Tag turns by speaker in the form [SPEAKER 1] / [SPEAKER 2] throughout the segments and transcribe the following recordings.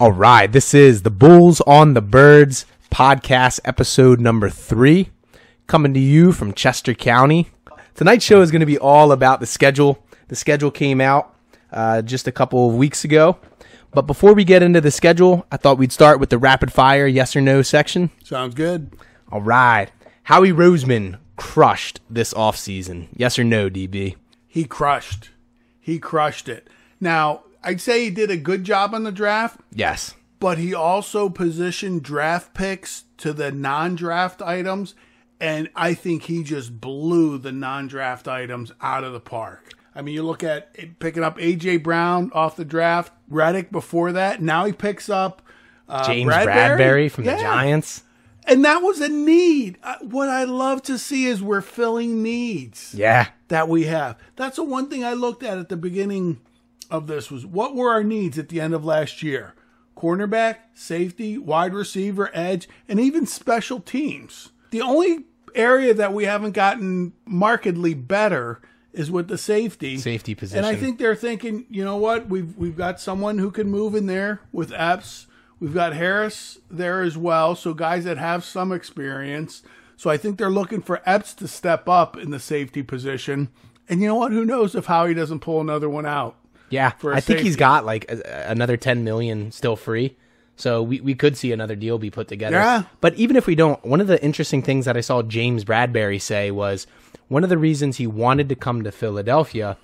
[SPEAKER 1] All right, this is the Bulls on the Birds podcast, episode number three, coming to you from Chester County. Tonight's show is going to be all about the schedule. The schedule came out uh, just a couple of weeks ago. But before we get into the schedule, I thought we'd start with the rapid fire yes or no section.
[SPEAKER 2] Sounds good.
[SPEAKER 1] All right. Howie Roseman crushed this offseason. Yes or no, DB?
[SPEAKER 2] He crushed. He crushed it. Now, I'd say he did a good job on the draft,
[SPEAKER 1] Yes.
[SPEAKER 2] but he also positioned draft picks to the non draft items. And I think he just blew the non draft items out of the park. I mean, you look at it- picking up A.J. Brown off the draft, Reddick before that. Now he picks up uh,
[SPEAKER 1] James
[SPEAKER 2] Bradbury,
[SPEAKER 1] Bradbury from the
[SPEAKER 2] Yeah.
[SPEAKER 1] Giants.
[SPEAKER 2] And that was a need. Uh, What I love to see is we're filling needs.
[SPEAKER 1] Yeah.
[SPEAKER 2] that we have. That's the one thing I looked at at the beginning of this was what were our needs at the end of last year? Cornerback, safety, wide receiver, edge, and even special teams. The only area that we haven't gotten markedly better is with the safety.
[SPEAKER 1] Safety
[SPEAKER 2] And I
[SPEAKER 1] position.
[SPEAKER 2] think they're thinking, you know what? We've we've got someone who can move in there with Epps. We've got Harris there as well, so guys that have some experience. So I think they're looking for Epps to step up in the safety position. And you know what? Who knows if Howie doesn't pull another one out?
[SPEAKER 1] Yeah,
[SPEAKER 2] for a
[SPEAKER 1] I think he's
[SPEAKER 2] safety.
[SPEAKER 1] got like a, a- another ten million still free, so we, we could see another deal be put together.
[SPEAKER 2] Yeah.
[SPEAKER 1] But even if we don't, one of the interesting things that I saw James Bradbury say was one of the reasons he wanted to come to Philadelphia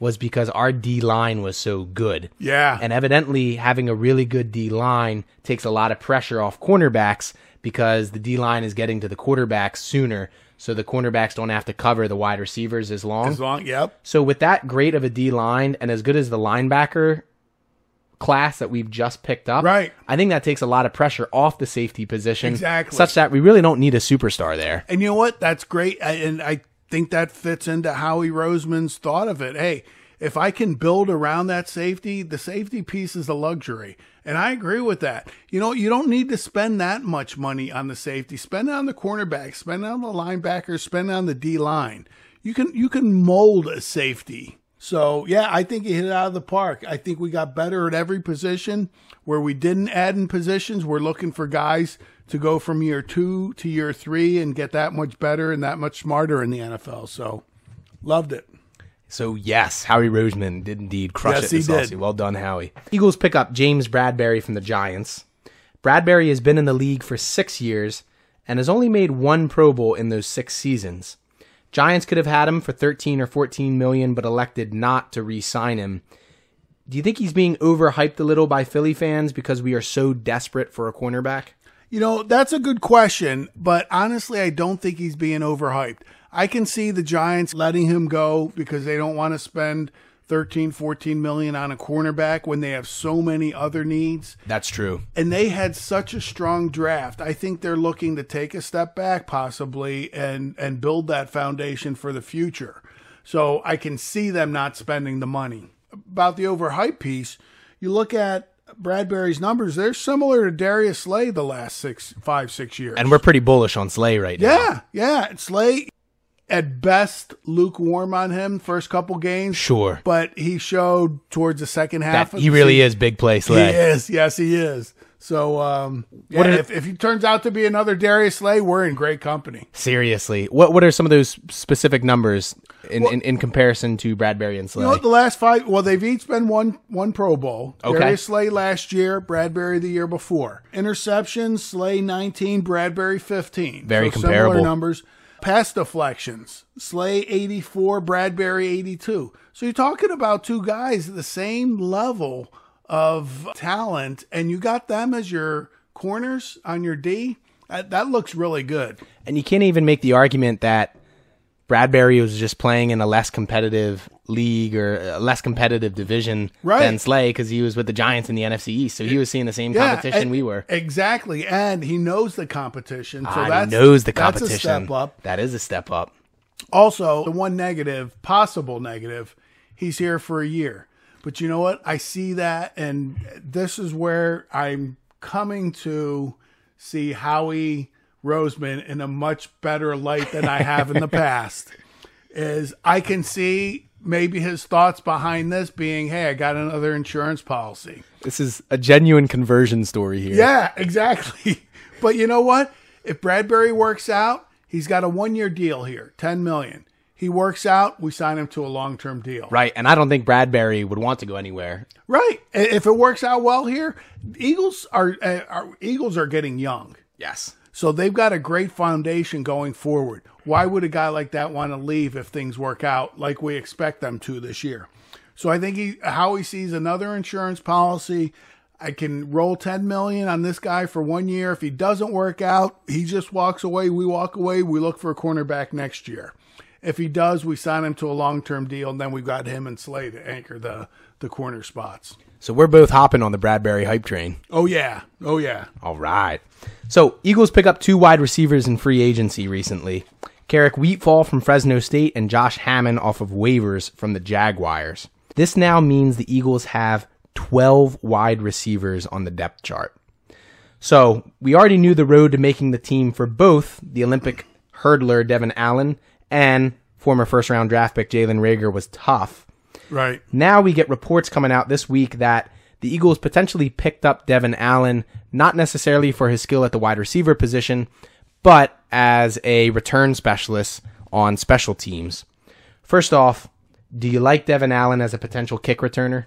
[SPEAKER 1] was because our D line was so good.
[SPEAKER 2] Yeah.
[SPEAKER 1] And evidently, having a really good D line takes a lot of pressure off cornerbacks because the D line is getting to the quarterbacks sooner, so the cornerbacks don't have to cover the wide receivers as long.
[SPEAKER 2] As long, yep.
[SPEAKER 1] So with that great of a D line and as good as the linebacker class that we've just picked up,
[SPEAKER 2] Right.
[SPEAKER 1] I think that takes a lot of pressure off the safety position,
[SPEAKER 2] Exactly.
[SPEAKER 1] Such that we really don't need a superstar there.
[SPEAKER 2] And you know what? That's great. I- And I think that fits into Howie Roseman's thought of it. Hey, if I can build around that safety, the safety piece is a luxury. And I agree with that. You know, you don't need to spend that much money on the safety. Spend it on the cornerback, spend it on the linebacker, spend it on the D line. You can you can mold a safety. So yeah, I think he hit it out of the park. I think we got better at every position. Where we didn't add in positions, we're looking for guys to go from year two to year three and get that much better and that much smarter in the NFL. So loved it.
[SPEAKER 1] So yes, Howie Roseman did indeed crush
[SPEAKER 2] Yes,
[SPEAKER 1] it
[SPEAKER 2] he
[SPEAKER 1] this offseason.
[SPEAKER 2] did.
[SPEAKER 1] Well done, Howie. Eagles pick up James Bradbury from the Giants. Bradbury has been in the league for six years and has only made one Pro Bowl in those six seasons. Giants could have had him for 13 or 14 million, but elected not to re-sign him. Do you think he's being overhyped a little by Philly fans because we are so desperate for a cornerback?
[SPEAKER 2] You know, that's a good question, but honestly, I don't think he's being overhyped. I can see the Giants letting him go because they don't want to spend 13, 14 million on a cornerback when they have so many other needs.
[SPEAKER 1] That's true.
[SPEAKER 2] and they had such a strong draft. I think they're looking to take a step back possibly and and build that foundation for the future. So I can see them not spending the money. About the overhype piece, you look at Bradbury's numbers, they're similar to Darius Slay the last six five, six years.
[SPEAKER 1] And we're pretty bullish on Slay right now.
[SPEAKER 2] yeah, yeah. It's Slay at best lukewarm on him first couple games.
[SPEAKER 1] Sure.
[SPEAKER 2] But he showed towards the second half
[SPEAKER 1] That,
[SPEAKER 2] of
[SPEAKER 1] he
[SPEAKER 2] the
[SPEAKER 1] really is big play Slay.
[SPEAKER 2] he is. Yes, he is. So, um,
[SPEAKER 1] What
[SPEAKER 2] yeah,
[SPEAKER 1] are-
[SPEAKER 2] if, if he turns out to be another Darius Slay, we're in great company.
[SPEAKER 1] Seriously, what what are some of those specific numbers in, in, in comparison to Bradbury and Slay?
[SPEAKER 2] You know what? The last five, well, they've each been one one Pro Bowl.
[SPEAKER 1] Okay.
[SPEAKER 2] Darius Slay last year, Bradbury the year before. Interceptions: Slay nineteen, Bradbury fifteen.
[SPEAKER 1] Very
[SPEAKER 2] So similar
[SPEAKER 1] comparable.
[SPEAKER 2] numbers. Pass deflections: Slay eighty four, Bradbury eighty two. So you're talking about two guys at the same level of talent, and you got them as your corners on your D. That, that looks really good.
[SPEAKER 1] and you can't even make the argument that Bradbury was just playing in a less competitive league or a less competitive division
[SPEAKER 2] Right.
[SPEAKER 1] than Slay because he was with the Giants in the NFC East, so he was seeing the same competition
[SPEAKER 2] and-
[SPEAKER 1] we were.
[SPEAKER 2] Exactly, and he knows the competition. So
[SPEAKER 1] Ah, he
[SPEAKER 2] that's
[SPEAKER 1] knows the competition.
[SPEAKER 2] That's a step up.
[SPEAKER 1] That is a step up.
[SPEAKER 2] Also, the one negative, possible negative, he's here for a year. But you know what? I see that, and this is where I'm coming to see Howie Roseman in a much better light than I have in the past. Is I can see maybe his thoughts behind this being, hey, I got another insurance policy.
[SPEAKER 1] This is a genuine conversion story here.
[SPEAKER 2] Yeah, exactly. But you know what? If Bradbury works out, he's got a one-year deal here, ten million. He works out, we sign him to a long-term deal.
[SPEAKER 1] Right, and I don't think Bradbury would want to go anywhere.
[SPEAKER 2] Right. I- If it works out well here, Eagles are, uh, are Eagles are getting young.
[SPEAKER 1] Yes.
[SPEAKER 2] So they've got a great foundation going forward. Why would a guy like that want to leave if things work out like we expect them to this year? So I think he, Howie sees another insurance policy. I can roll 10 million on this guy for one year. If he doesn't work out, he just walks away. We walk away. We look for a cornerback next year. If he does, we sign him to a long-term deal, and then we've got him and Slay to anchor the the corner spots.
[SPEAKER 1] So we're both hopping on the Bradbury hype train.
[SPEAKER 2] Oh yeah, oh yeah.
[SPEAKER 1] All right. So Eagles pick up two wide receivers in free agency recently. Carrick Wheatfall from Fresno State and Josh Hammond off of waivers from the Jaguars. This now means the Eagles have 12 wide receivers on the depth chart. So we already knew the road to making the team for both the Olympic hurdler Devin Allen and former first round draft pick Jalen Rager was tough.
[SPEAKER 2] Right.
[SPEAKER 1] Now we get reports coming out this week that the Eagles potentially picked up Devin Allen, not necessarily for his skill at the wide receiver position, but as a return specialist on special teams. First off, do you like Devin Allen as a potential kick returner?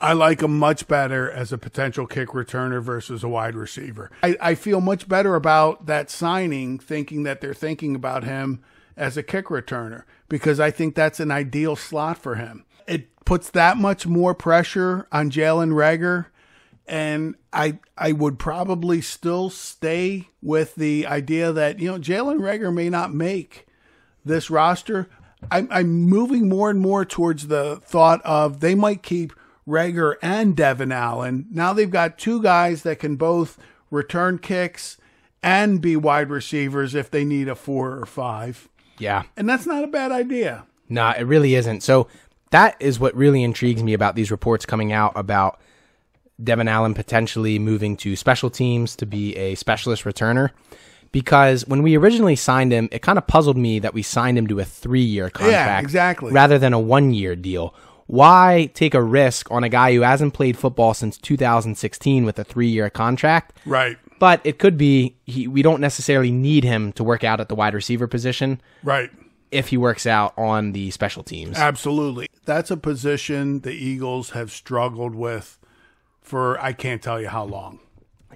[SPEAKER 2] I like him much better as a potential kick returner versus a wide receiver. I, I feel much better about that signing, thinking that they're thinking about him as a kick returner because I think that's an ideal slot for him. It puts that much more pressure on Jalen Rager, and I I would probably still stay with the idea that you know Jalen Rager may not make this roster. I'm, I'm moving more and more towards the thought of they might keep Rager and Devin Allen. Now they've got two guys that can both return kicks and be wide receivers if they need a four or five.
[SPEAKER 1] Yeah.
[SPEAKER 2] And that's not a bad idea.
[SPEAKER 1] Nah, it really isn't. So that is what really intrigues me about these reports coming out about Devin Allen potentially moving to special teams to be a specialist returner. Because when we originally signed him, it kind of puzzled me that we signed him to a three year contract
[SPEAKER 2] exactly.
[SPEAKER 1] rather than a one year deal. Why take a risk on a guy who hasn't played football since 2016 with a three year contract?
[SPEAKER 2] Right.
[SPEAKER 1] But it could be he, we don't necessarily need him to work out at the wide receiver position
[SPEAKER 2] Right.
[SPEAKER 1] if he works out on the special teams.
[SPEAKER 2] Absolutely. That's a position the Eagles have struggled with for I can't tell you how long.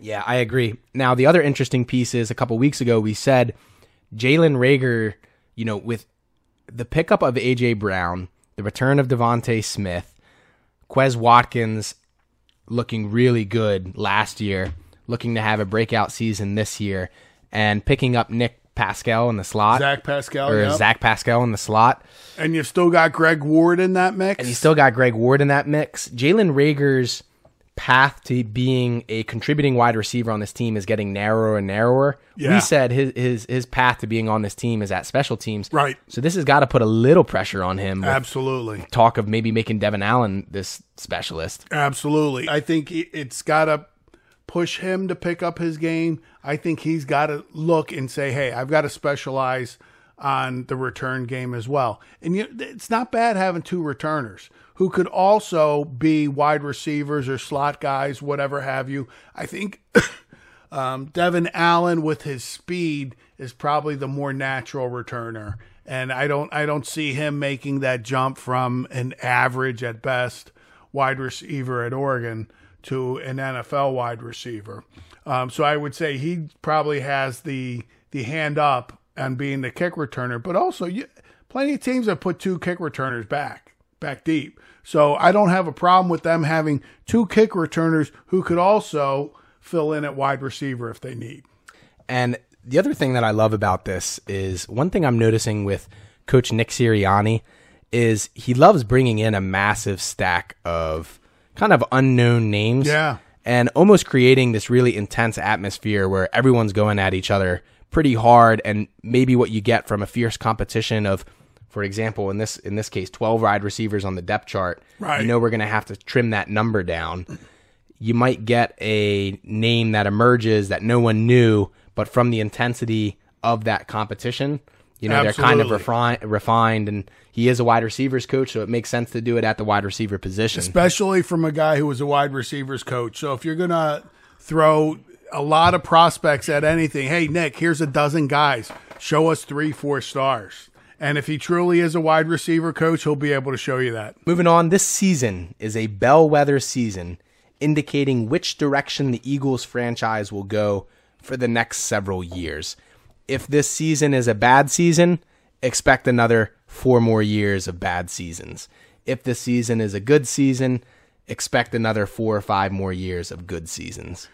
[SPEAKER 1] Yeah, I agree. Now, the other interesting piece is a couple weeks ago we said Jalen Rager, you know, with the pickup of AJ Brown, the return of Devonte Smith, Quez Watkins looking really good last year, looking to have a breakout season this year, and picking up Nick Pascal in the slot
[SPEAKER 2] Zach Pascal.
[SPEAKER 1] or
[SPEAKER 2] yep.
[SPEAKER 1] Zach Pascal in the slot.
[SPEAKER 2] And you've still got Greg Ward in that mix.
[SPEAKER 1] You still got Greg Ward in that mix. Jalen Rager's path to being a contributing wide receiver on this team is getting narrower and narrower.
[SPEAKER 2] Yeah.
[SPEAKER 1] We said his his his path to being on this team is at special teams.
[SPEAKER 2] Right. Uh,
[SPEAKER 1] So this has got to put a little pressure on him. With
[SPEAKER 2] Absolutely.
[SPEAKER 1] talk of maybe making Devin Allen this specialist.
[SPEAKER 2] Absolutely. I think it- it's got to push him to pick up his game. I think he's got to look and say, hey, I've got to specialize on the return game as well. And you, it's not bad having two returners who could also be wide receivers or slot guys, whatever have you. I think um, Devin Allen with his speed is probably the more natural returner. And I don't I don't see him making that jump from an average at best wide receiver at Oregon to an NFL wide receiver. Um, so I would say he probably has the the hand up on being the kick returner, but also you, plenty of teams have put two kick returners back back deep. So I don't have a problem with them having two kick returners who could also fill in at wide receiver if they need.
[SPEAKER 1] And the other thing that I love about this is one thing I'm noticing with Coach Nick Sirianni is he loves bringing in a massive stack of kind of unknown names.
[SPEAKER 2] Yeah.
[SPEAKER 1] And almost creating this really intense atmosphere where everyone's going at each other pretty hard and maybe what you get from a fierce competition of for example in this in this case 12 wide receivers on the depth chart
[SPEAKER 2] Right.
[SPEAKER 1] you know we're going to have to trim that number down you might get a name that emerges that no one knew, but from the intensity of that competition, You know, they're kind of
[SPEAKER 2] Absolutely.
[SPEAKER 1] refined, refined, and he is a wide receivers coach, so it makes sense to do it at the wide receiver position.
[SPEAKER 2] especially from a guy who was a wide receivers coach. So if you're going to throw a lot of prospects at anything, hey, Nick, here's a dozen guys. Show us three, four stars. And if he truly is a wide receiver coach, he'll be able to show you that.
[SPEAKER 1] Moving on, this season is a bellwether season, indicating which direction the Eagles franchise will go for the next several years. If this season is a bad season, expect another four more years of bad seasons. If this season is a good season, expect another four or five more years of good seasons.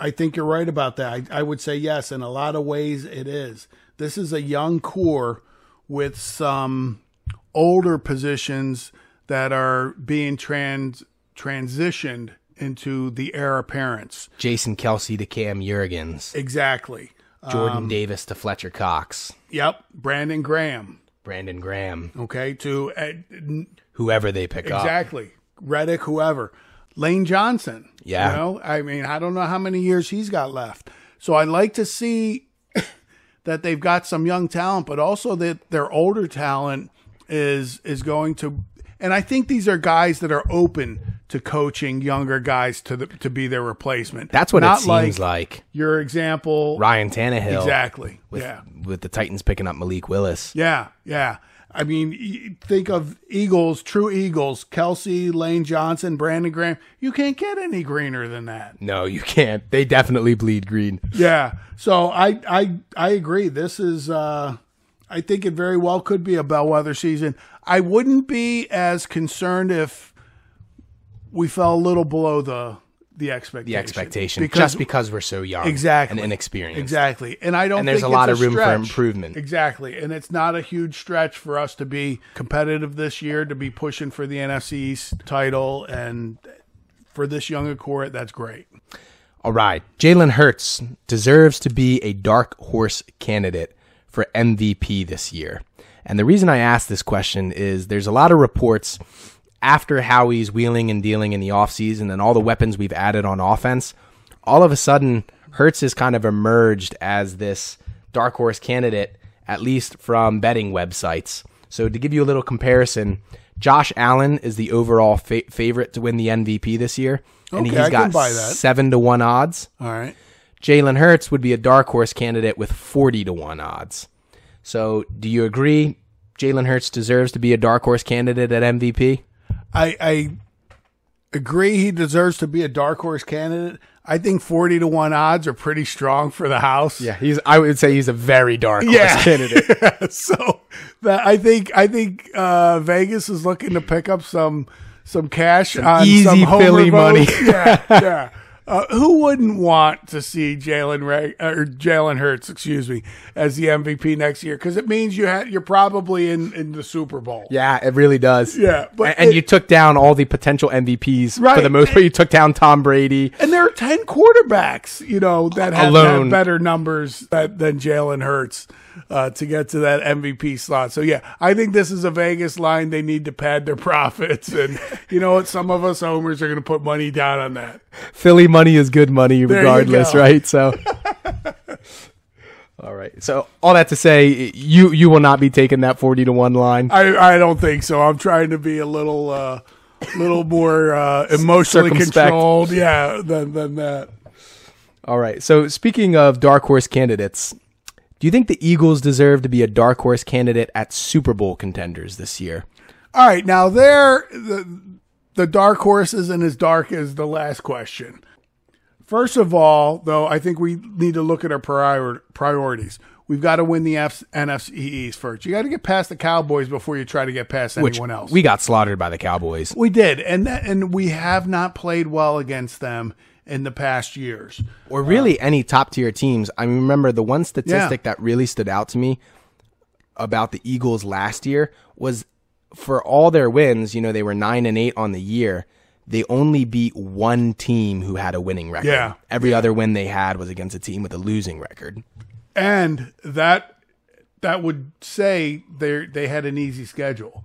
[SPEAKER 2] I think you're right about that. I, I would say yes. In a lot of ways, it is. This is a young core with some older positions that are being trans transitioned into the heir apparents.
[SPEAKER 1] Jason Kelsey to Cam Jurgens,
[SPEAKER 2] Exactly. Uh,
[SPEAKER 1] Jordan Davis to Fletcher Cox,
[SPEAKER 2] yep. Brandon Graham.
[SPEAKER 1] Brandon Graham,
[SPEAKER 2] Okay. To uh, n-
[SPEAKER 1] whoever they pick up.
[SPEAKER 2] exactly Reddick, whoever. Lane Johnson.
[SPEAKER 1] Yeah.
[SPEAKER 2] You know, I mean, I don't know how many years he's got left. So I like to see that they've got some young talent, but also that their older talent is is going to. And I think these are guys that are open to coaching younger guys to the, to be their replacement.
[SPEAKER 1] That's what
[SPEAKER 2] Not
[SPEAKER 1] it seems like.
[SPEAKER 2] Your example,
[SPEAKER 1] Ryan Tannehill.
[SPEAKER 2] exactly.
[SPEAKER 1] with,
[SPEAKER 2] yeah.
[SPEAKER 1] with the Titans picking up Malik Willis.
[SPEAKER 2] Yeah, yeah. I mean, y- think of Eagles, true Eagles, Kelsey, Lane Johnson, Brandon Graham. You can't get any greener than that.
[SPEAKER 1] No, you can't. They definitely bleed green.
[SPEAKER 2] Yeah. So I I I agree. This is uh I think it very well could be a bellwether season. I wouldn't be as concerned if we fell a little below the the expectation.
[SPEAKER 1] The expectation,
[SPEAKER 2] Because-
[SPEAKER 1] just because we're so young,
[SPEAKER 2] Exactly.
[SPEAKER 1] and inexperienced.
[SPEAKER 2] Exactly. And I don't
[SPEAKER 1] And there's
[SPEAKER 2] think
[SPEAKER 1] a lot
[SPEAKER 2] it's
[SPEAKER 1] of room for
[SPEAKER 2] stretch.
[SPEAKER 1] improvement.
[SPEAKER 2] Exactly. And it's not a huge stretch for us to be competitive this year, to be pushing for the NFC East title and for this younger core, that's great.
[SPEAKER 1] All right, Jalen Hurts deserves to be a dark horse candidate for MVP this year. And the reason I ask this question is there's a lot of reports after Howie's wheeling and dealing in the offseason and all the weapons we've added on offense. All of a sudden, Hurts has kind of emerged as this dark horse candidate, at least from betting websites. So, to give you a little comparison, Josh Allen is the overall fa- favorite to win the MVP this year. And
[SPEAKER 2] Okay,
[SPEAKER 1] he's
[SPEAKER 2] I can
[SPEAKER 1] got
[SPEAKER 2] buy that.
[SPEAKER 1] seven to one odds.
[SPEAKER 2] All right.
[SPEAKER 1] Jalen Hurts would be a dark horse candidate with forty to one odds. So, do you agree? Jalen Hurts deserves to be a dark horse candidate at MVP.
[SPEAKER 2] I I agree he deserves to be a dark horse candidate. I think forty to one odds are pretty strong for the house.
[SPEAKER 1] Yeah, he's. I would say he's a very dark horse
[SPEAKER 2] Yeah.
[SPEAKER 1] candidate.
[SPEAKER 2] so that I think I think uh, Vegas is looking to pick up some some cash on
[SPEAKER 1] easy
[SPEAKER 2] some homer
[SPEAKER 1] Philly money.
[SPEAKER 2] votes. yeah, yeah. Uh, who wouldn't want to see Jalen Ray or Jalen Hurts, excuse me, as the MVP next year? Because it means you ha- you're probably in, in the Super Bowl.
[SPEAKER 1] Yeah, it really does.
[SPEAKER 2] Yeah, but
[SPEAKER 1] and, and
[SPEAKER 2] it-
[SPEAKER 1] you took down all the potential MVPs for
[SPEAKER 2] Right.
[SPEAKER 1] the most part. You took down Tom Brady.
[SPEAKER 2] And there are ten quarterbacks, you know, that have,
[SPEAKER 1] Alone.
[SPEAKER 2] have better numbers that, than Jalen Hurts uh, to get to that MVP slot. So yeah, I think this is a Vegas line. They need to pad their profits, and you know what? Some of us homers are going to put money down on that.
[SPEAKER 1] Philly money is good money, regardless,
[SPEAKER 2] go.
[SPEAKER 1] right? So. All right. So all that to say, you you will not be taking that forty to one line.
[SPEAKER 2] I I don't think so. I'm trying to be a little uh, little more uh, emotionally
[SPEAKER 1] Circumspect.
[SPEAKER 2] controlled, yeah, than than that.
[SPEAKER 1] All right. So speaking of dark horse candidates, do you think the Eagles deserve to be a dark horse candidate at Super Bowl contenders this year?
[SPEAKER 2] All right, now there the the dark horse isn't as dark as the last question. First of all, though, I think we need to look at our prior, priorities. We've got to win the F- NFC East first. You got to get past the Cowboys before you try to get past anyone else.
[SPEAKER 1] We got slaughtered by the Cowboys.
[SPEAKER 2] we did, and that, and we have not played well against them in the past years.
[SPEAKER 1] or really any top tier teams. I remember the one statistic that really stood out to me about the Eagles last year was for all their wins, you know, they were 9 and 8 on the year. They only beat one team who had a winning record.
[SPEAKER 2] Yeah.
[SPEAKER 1] Every other win they had was against a team with a losing record.
[SPEAKER 2] and that that would say they they had an easy schedule.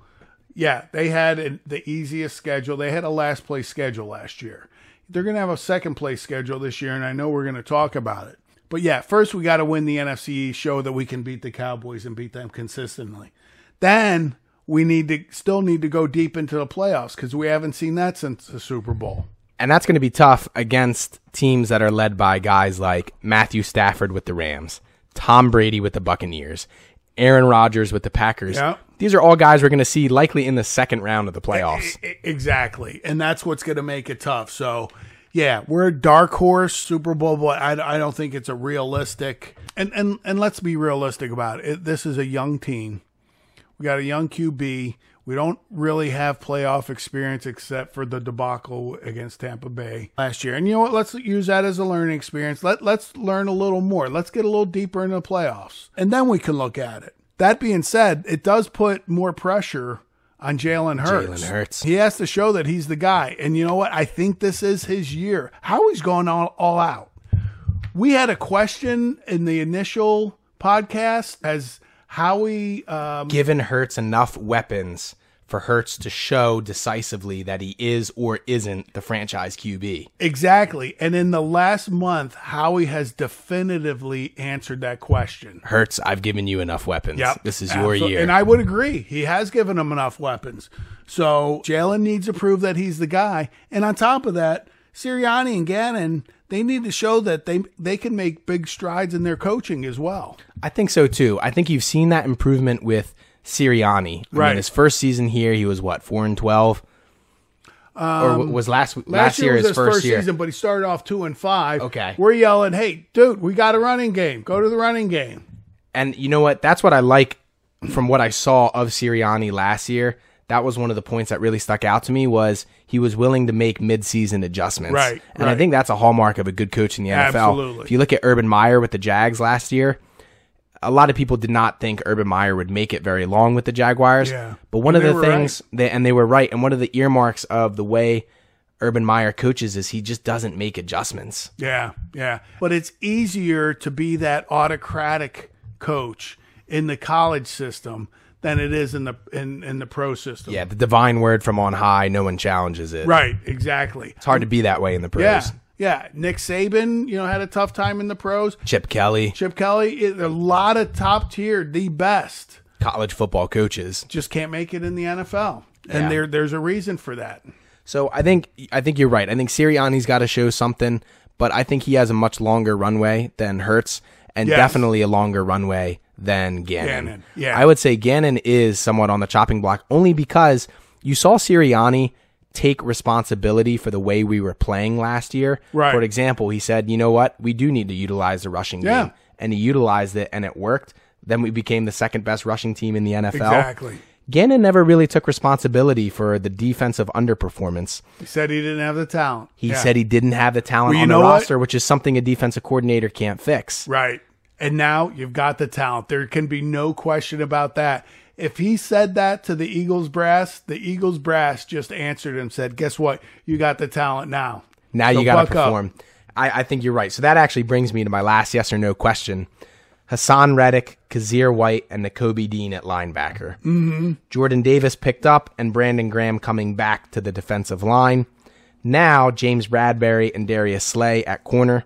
[SPEAKER 2] Yeah, they had an, the easiest schedule. They had a last place schedule last year. They're going to have a second place schedule this year, and I know we're going to talk about it. But yeah, first we got to win the NFC East, show that we can beat the Cowboys and beat them consistently. Then we need to still need to go deep into the playoffs because we haven't seen that since the Super Bowl.
[SPEAKER 1] And that's going to be tough against teams that are led by guys like Matthew Stafford with the Rams, Tom Brady with the Buccaneers, Aaron Rodgers with the Packers.
[SPEAKER 2] Yeah.
[SPEAKER 1] These are all guys we're going to see likely in the second round of the playoffs.
[SPEAKER 2] E- Exactly, and that's what's going to make it tough. So, yeah, we're a dark horse Super Bowl, but I, I don't think it's a realistic. And and and let's be realistic about it. it. This is a young team. We got a young QB. We don't really have playoff experience except for the debacle against Tampa Bay last year. And you know what? Let's use that as a learning experience. Let let's learn a little more. Let's get a little deeper into the playoffs, and then we can look at it. That being said, it does put more pressure on Jalen Hurts.
[SPEAKER 1] Jalen Hurts.
[SPEAKER 2] He has to show that he's the guy. And you know what? I think this is his year. Howie's going all, all out. We had a question in the initial podcast as Howie um,
[SPEAKER 1] Given Hertz enough weapons for Hertz to show decisively that he is or isn't the franchise QB.
[SPEAKER 2] exactly. And in the last month, Howie has definitively answered that question.
[SPEAKER 1] Hertz, I've given you enough weapons.
[SPEAKER 2] Yep.
[SPEAKER 1] This is your
[SPEAKER 2] Absol-
[SPEAKER 1] year.
[SPEAKER 2] And I would agree. He has given him enough weapons. So Jalen needs to prove that he's the guy. And on top of that, Sirianni and Gannon, they need to show that they they can make big strides in their coaching as well.
[SPEAKER 1] I think so too. I think you've seen that improvement with Sirianni. I
[SPEAKER 2] Right.
[SPEAKER 1] mean, his first season here, he was what four and twelve, or w- was last last, year,
[SPEAKER 2] Um, was
[SPEAKER 1] his first, year?
[SPEAKER 2] season, but he started off two and five.
[SPEAKER 1] Okay.
[SPEAKER 2] We're yelling, hey, dude, we got a running game. Go to the running game.
[SPEAKER 1] And you know what? That's what I like from what I saw of Sirianni last year. That was one of the points that really stuck out to me was he was willing to make midseason adjustments.
[SPEAKER 2] Right,
[SPEAKER 1] And I
[SPEAKER 2] right.
[SPEAKER 1] think that's a hallmark of a good coach in the NFL.
[SPEAKER 2] Absolutely.
[SPEAKER 1] If you look at Urban Meyer with the Jags last year, a lot of people did not think Urban Meyer would make it very long with the Jaguars.
[SPEAKER 2] Yeah.
[SPEAKER 1] But one
[SPEAKER 2] And
[SPEAKER 1] of
[SPEAKER 2] they
[SPEAKER 1] the
[SPEAKER 2] were
[SPEAKER 1] things they, and they were right, and one of the earmarks of the way Urban Meyer coaches is he just doesn't make adjustments.
[SPEAKER 2] Yeah, yeah. But it's easier to be that autocratic coach in the college system than it is in the in, in the pro system.
[SPEAKER 1] Yeah, the divine word from on high, no one challenges it.
[SPEAKER 2] Right, exactly.
[SPEAKER 1] It's hard to be that way in the pros.
[SPEAKER 2] Yeah. Yeah. Nick Saban, you know, had a tough time in the pros.
[SPEAKER 1] Chip Kelly,
[SPEAKER 2] Chip Kelly, it- a lot of top tier, the best,
[SPEAKER 1] college football coaches.
[SPEAKER 2] just can't make it in the NFL. And
[SPEAKER 1] Yeah.
[SPEAKER 2] there there's a reason for that.
[SPEAKER 1] So I think I think you're right. I think Sirianni's got to show something, but I think he has a much longer runway than Hertz, and
[SPEAKER 2] Yes.
[SPEAKER 1] definitely a longer runway than Gannon.
[SPEAKER 2] Gannon, yeah.
[SPEAKER 1] I would say Gannon is somewhat on the chopping block only because you saw Sirianni take responsibility for the way we were playing last year.
[SPEAKER 2] Right.
[SPEAKER 1] For example, he said, "You know what? We do need to utilize the rushing
[SPEAKER 2] Yeah.
[SPEAKER 1] game," and he utilized it, and it worked. Then we became the second best rushing team in the NFL.
[SPEAKER 2] Exactly.
[SPEAKER 1] Gannon never really took responsibility for the defensive underperformance.
[SPEAKER 2] He said he didn't have the talent.
[SPEAKER 1] He said he didn't have the talent
[SPEAKER 2] Well, you
[SPEAKER 1] on the
[SPEAKER 2] know what?
[SPEAKER 1] roster, which is something a defensive coordinator can't fix.
[SPEAKER 2] Right. And now you've got the talent. There can be no question about that. If he said that to the Eagles brass, the Eagles brass just answered him, said, Guess what? You got the talent now.
[SPEAKER 1] Now
[SPEAKER 2] So
[SPEAKER 1] you got to
[SPEAKER 2] buck up.
[SPEAKER 1] perform. I, I think you're right. So that actually brings me to my last yes or no question. Hassan Reddick, Kazir White, and N'Kobe Dean at linebacker. Mm-hmm. Jordan Davis picked up, and Brandon Graham coming back to the defensive line. Now James Bradbury and Darius Slay at corner.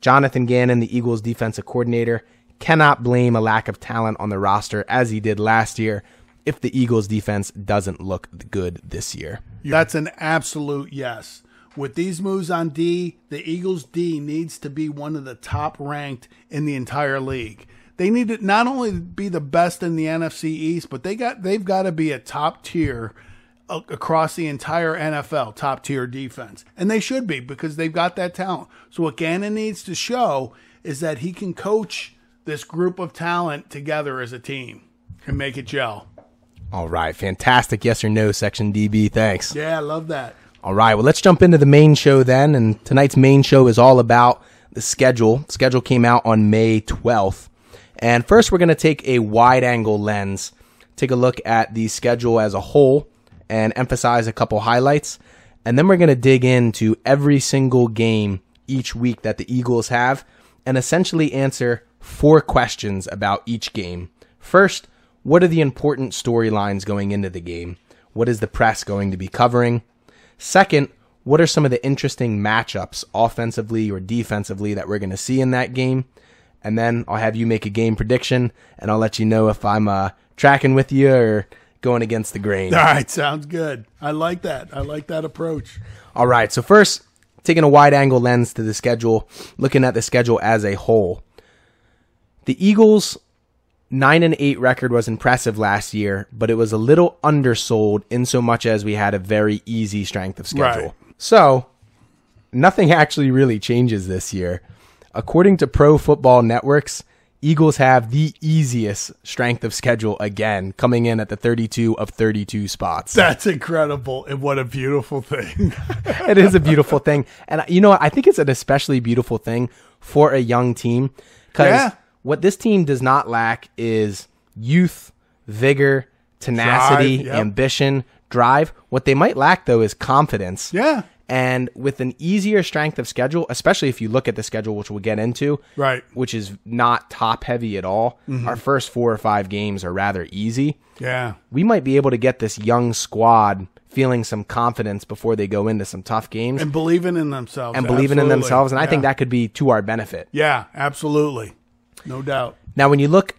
[SPEAKER 1] Jonathan Gannon, the Eagles' defensive coordinator, cannot blame a lack of talent on the roster as he did last year if the Eagles' defense doesn't look good this year.
[SPEAKER 2] That's an absolute yes. With these moves on D, the Eagles D needs to be one of the top ranked in the entire league. They need to not only be the best in the NFC East, but they got they've got to be a top tier a- across the entire NFL top tier defense. And they should be because they've got that talent. So what Gannon needs to show is that he can coach this group of talent together as a team and make it gel.
[SPEAKER 1] All right, fantastic yes or no section DB. Thanks.
[SPEAKER 2] Yeah, I love that.
[SPEAKER 1] All right, well, let's jump into the main show then. And tonight's main show is all about the schedule. Schedule came out on May 12th. And first, we're going to take a wide angle lens, take a look at the schedule as a whole, and emphasize a couple highlights. And then we're going to dig into every single game each week that the Eagles have and essentially answer four questions about each game. First, what are the important storylines going into the game? What is the press going to be covering? Second, what are some of the interesting matchups offensively or defensively that we're going to see in that game? And then I'll have you make a game prediction and I'll let you know if I'm uh, tracking with you or going against the grain.
[SPEAKER 2] All right, sounds good. I like that. I like that approach.
[SPEAKER 1] All right, so first, taking a wide angle lens to the schedule, looking at the schedule as a whole. The Eagles' 9 and 8 record was impressive last year, but it was a little undersold in so much as we had a very easy strength of schedule.
[SPEAKER 2] Right.
[SPEAKER 1] So, nothing actually really changes this year. According to Pro Football Networks, Eagles have the easiest strength of schedule again, coming in at the 32 of 32 spots.
[SPEAKER 2] That's incredible, and what a beautiful thing.
[SPEAKER 1] it is a beautiful thing. And uh, you know what? I think it's an especially beautiful thing for a young team because
[SPEAKER 2] Yeah.
[SPEAKER 1] what this team does not lack is youth, vigor, tenacity,
[SPEAKER 2] Drive, yep.
[SPEAKER 1] ambition, drive. What they might lack though is confidence.
[SPEAKER 2] Yeah.
[SPEAKER 1] And with an easier strength of schedule, especially if you look at the schedule, which we'll get into,
[SPEAKER 2] Right. Mm-hmm.
[SPEAKER 1] which is not top heavy at all, our first four or five games are rather easy
[SPEAKER 2] Yeah.
[SPEAKER 1] we might be able to get this young squad feeling some confidence before they go into some tough games and,
[SPEAKER 2] And believing in themselves.
[SPEAKER 1] believing in
[SPEAKER 2] absolutely.
[SPEAKER 1] themselves. And I think
[SPEAKER 2] Yeah.
[SPEAKER 1] that could be to our benefit.
[SPEAKER 2] Yeah, absolutely. No doubt.
[SPEAKER 1] Now, when you look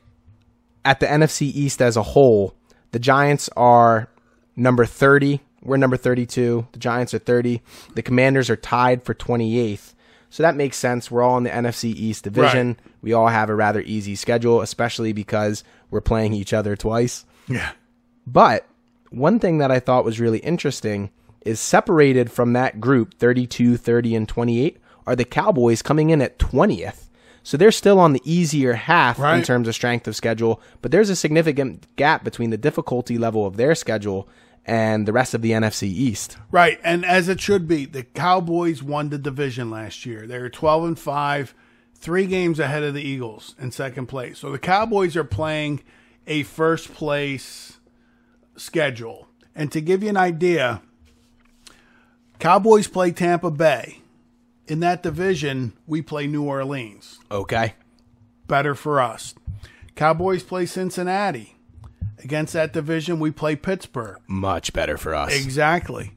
[SPEAKER 1] at the NFC East as a whole, the Giants are number 30. We're number 32. The Giants are 30. The Commanders are tied for 28th. So that makes sense. We're all in the NFC East division. We all have a rather easy schedule, especially because we're playing each other twice.
[SPEAKER 2] Yeah.
[SPEAKER 1] But one thing that I thought was really interesting is separated from that group 32, 30, and 28 are the Cowboys coming in at 20th. So they're still on the easier half in
[SPEAKER 2] Right.
[SPEAKER 1] terms of strength of schedule, but there's a significant gap between the difficulty level of their schedule and the rest of the NFC East.
[SPEAKER 2] Right, and as it should be, the Cowboys won the division last year. They were 12 and 5, 3 games ahead of the Eagles in second place. So the Cowboys are playing a first place schedule. And to give you an idea, Cowboys play Tampa Bay. In that division, we play New Orleans
[SPEAKER 1] Okay.
[SPEAKER 2] better for us. Cowboys play Cincinnati. Against that division, we play Pittsburgh.
[SPEAKER 1] Much better for us.
[SPEAKER 2] Exactly.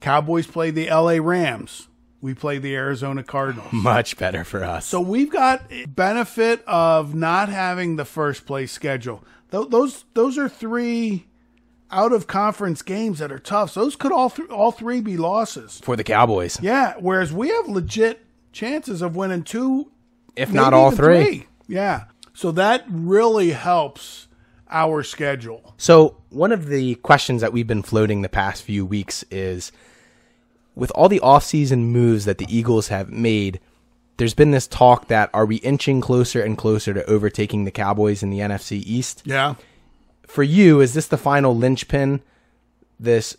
[SPEAKER 2] Cowboys play the LA Rams. We play the Arizona Cardinals.
[SPEAKER 1] Much better for us.
[SPEAKER 2] So we've got benefit of not having the first place schedule. Tho- Those those are three out of conference games that are tough. So those could all th- all three be losses.
[SPEAKER 1] for the Cowboys,
[SPEAKER 2] Yeah, whereas we have legit chances of winning two
[SPEAKER 1] if
[SPEAKER 2] maybe
[SPEAKER 1] not all
[SPEAKER 2] even
[SPEAKER 1] three.
[SPEAKER 2] Yeah. So that really helps our schedule.
[SPEAKER 1] So, one of the questions that we've been floating the past few weeks is with all the offseason moves that the Eagles have made, there's been this talk that are we inching closer and closer to overtaking the Cowboys in the NFC East?
[SPEAKER 2] Yeah.
[SPEAKER 1] For you, is this the final linchpin, this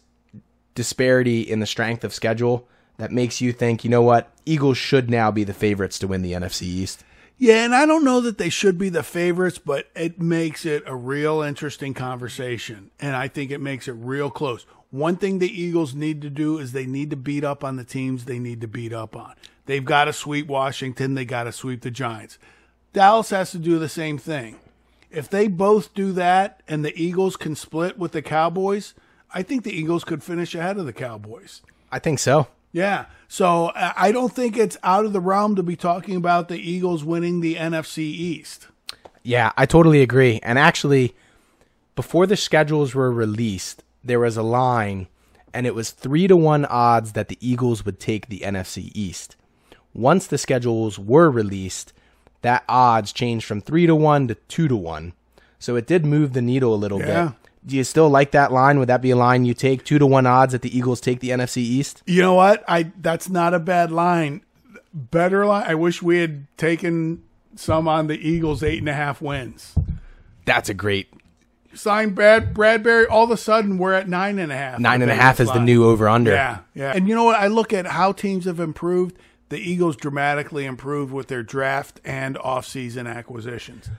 [SPEAKER 1] disparity in the strength of schedule that makes you think, you know what, Eagles should now be the favorites to win the NFC East?
[SPEAKER 2] Yeah, and I don't know that they should be the favorites, but it makes it a real interesting conversation. And I think it makes it real close. One thing the Eagles need to do is they need to beat up on the teams they need to beat up on. They've got to sweep Washington, they got to sweep the Giants. Dallas has to do the same thing. If they both do that and the Eagles can split with the Cowboys, I think the Eagles could finish ahead of the Cowboys.
[SPEAKER 1] I think so.
[SPEAKER 2] Yeah. So I I don't think it's out of the realm to be talking about the Eagles winning the NFC East.
[SPEAKER 1] Yeah, I totally agree. And actually, before the schedules were released, there was a line, and it was three to one odds that the Eagles would take the NFC East. Once the schedules were released, that odds changed from three to one to two to one. So it did move the needle a little
[SPEAKER 2] Yeah.
[SPEAKER 1] bit. Do you still like that line? Would that be a line you take? Two to one odds that the Eagles take the NFC East?
[SPEAKER 2] You know what? I that's not a bad line. Better line. I wish we had taken some on the Eagles eight and a half wins.
[SPEAKER 1] That's a great
[SPEAKER 2] Sign Brad Bradbury. All of a sudden, we're at nine and a half.
[SPEAKER 1] nine and a
[SPEAKER 2] I think
[SPEAKER 1] half
[SPEAKER 2] it's
[SPEAKER 1] is the
[SPEAKER 2] line.
[SPEAKER 1] new over under.
[SPEAKER 2] Yeah, yeah. And you know what? I look at how teams have improved. The Eagles dramatically improved with their draft and offseason acquisitions.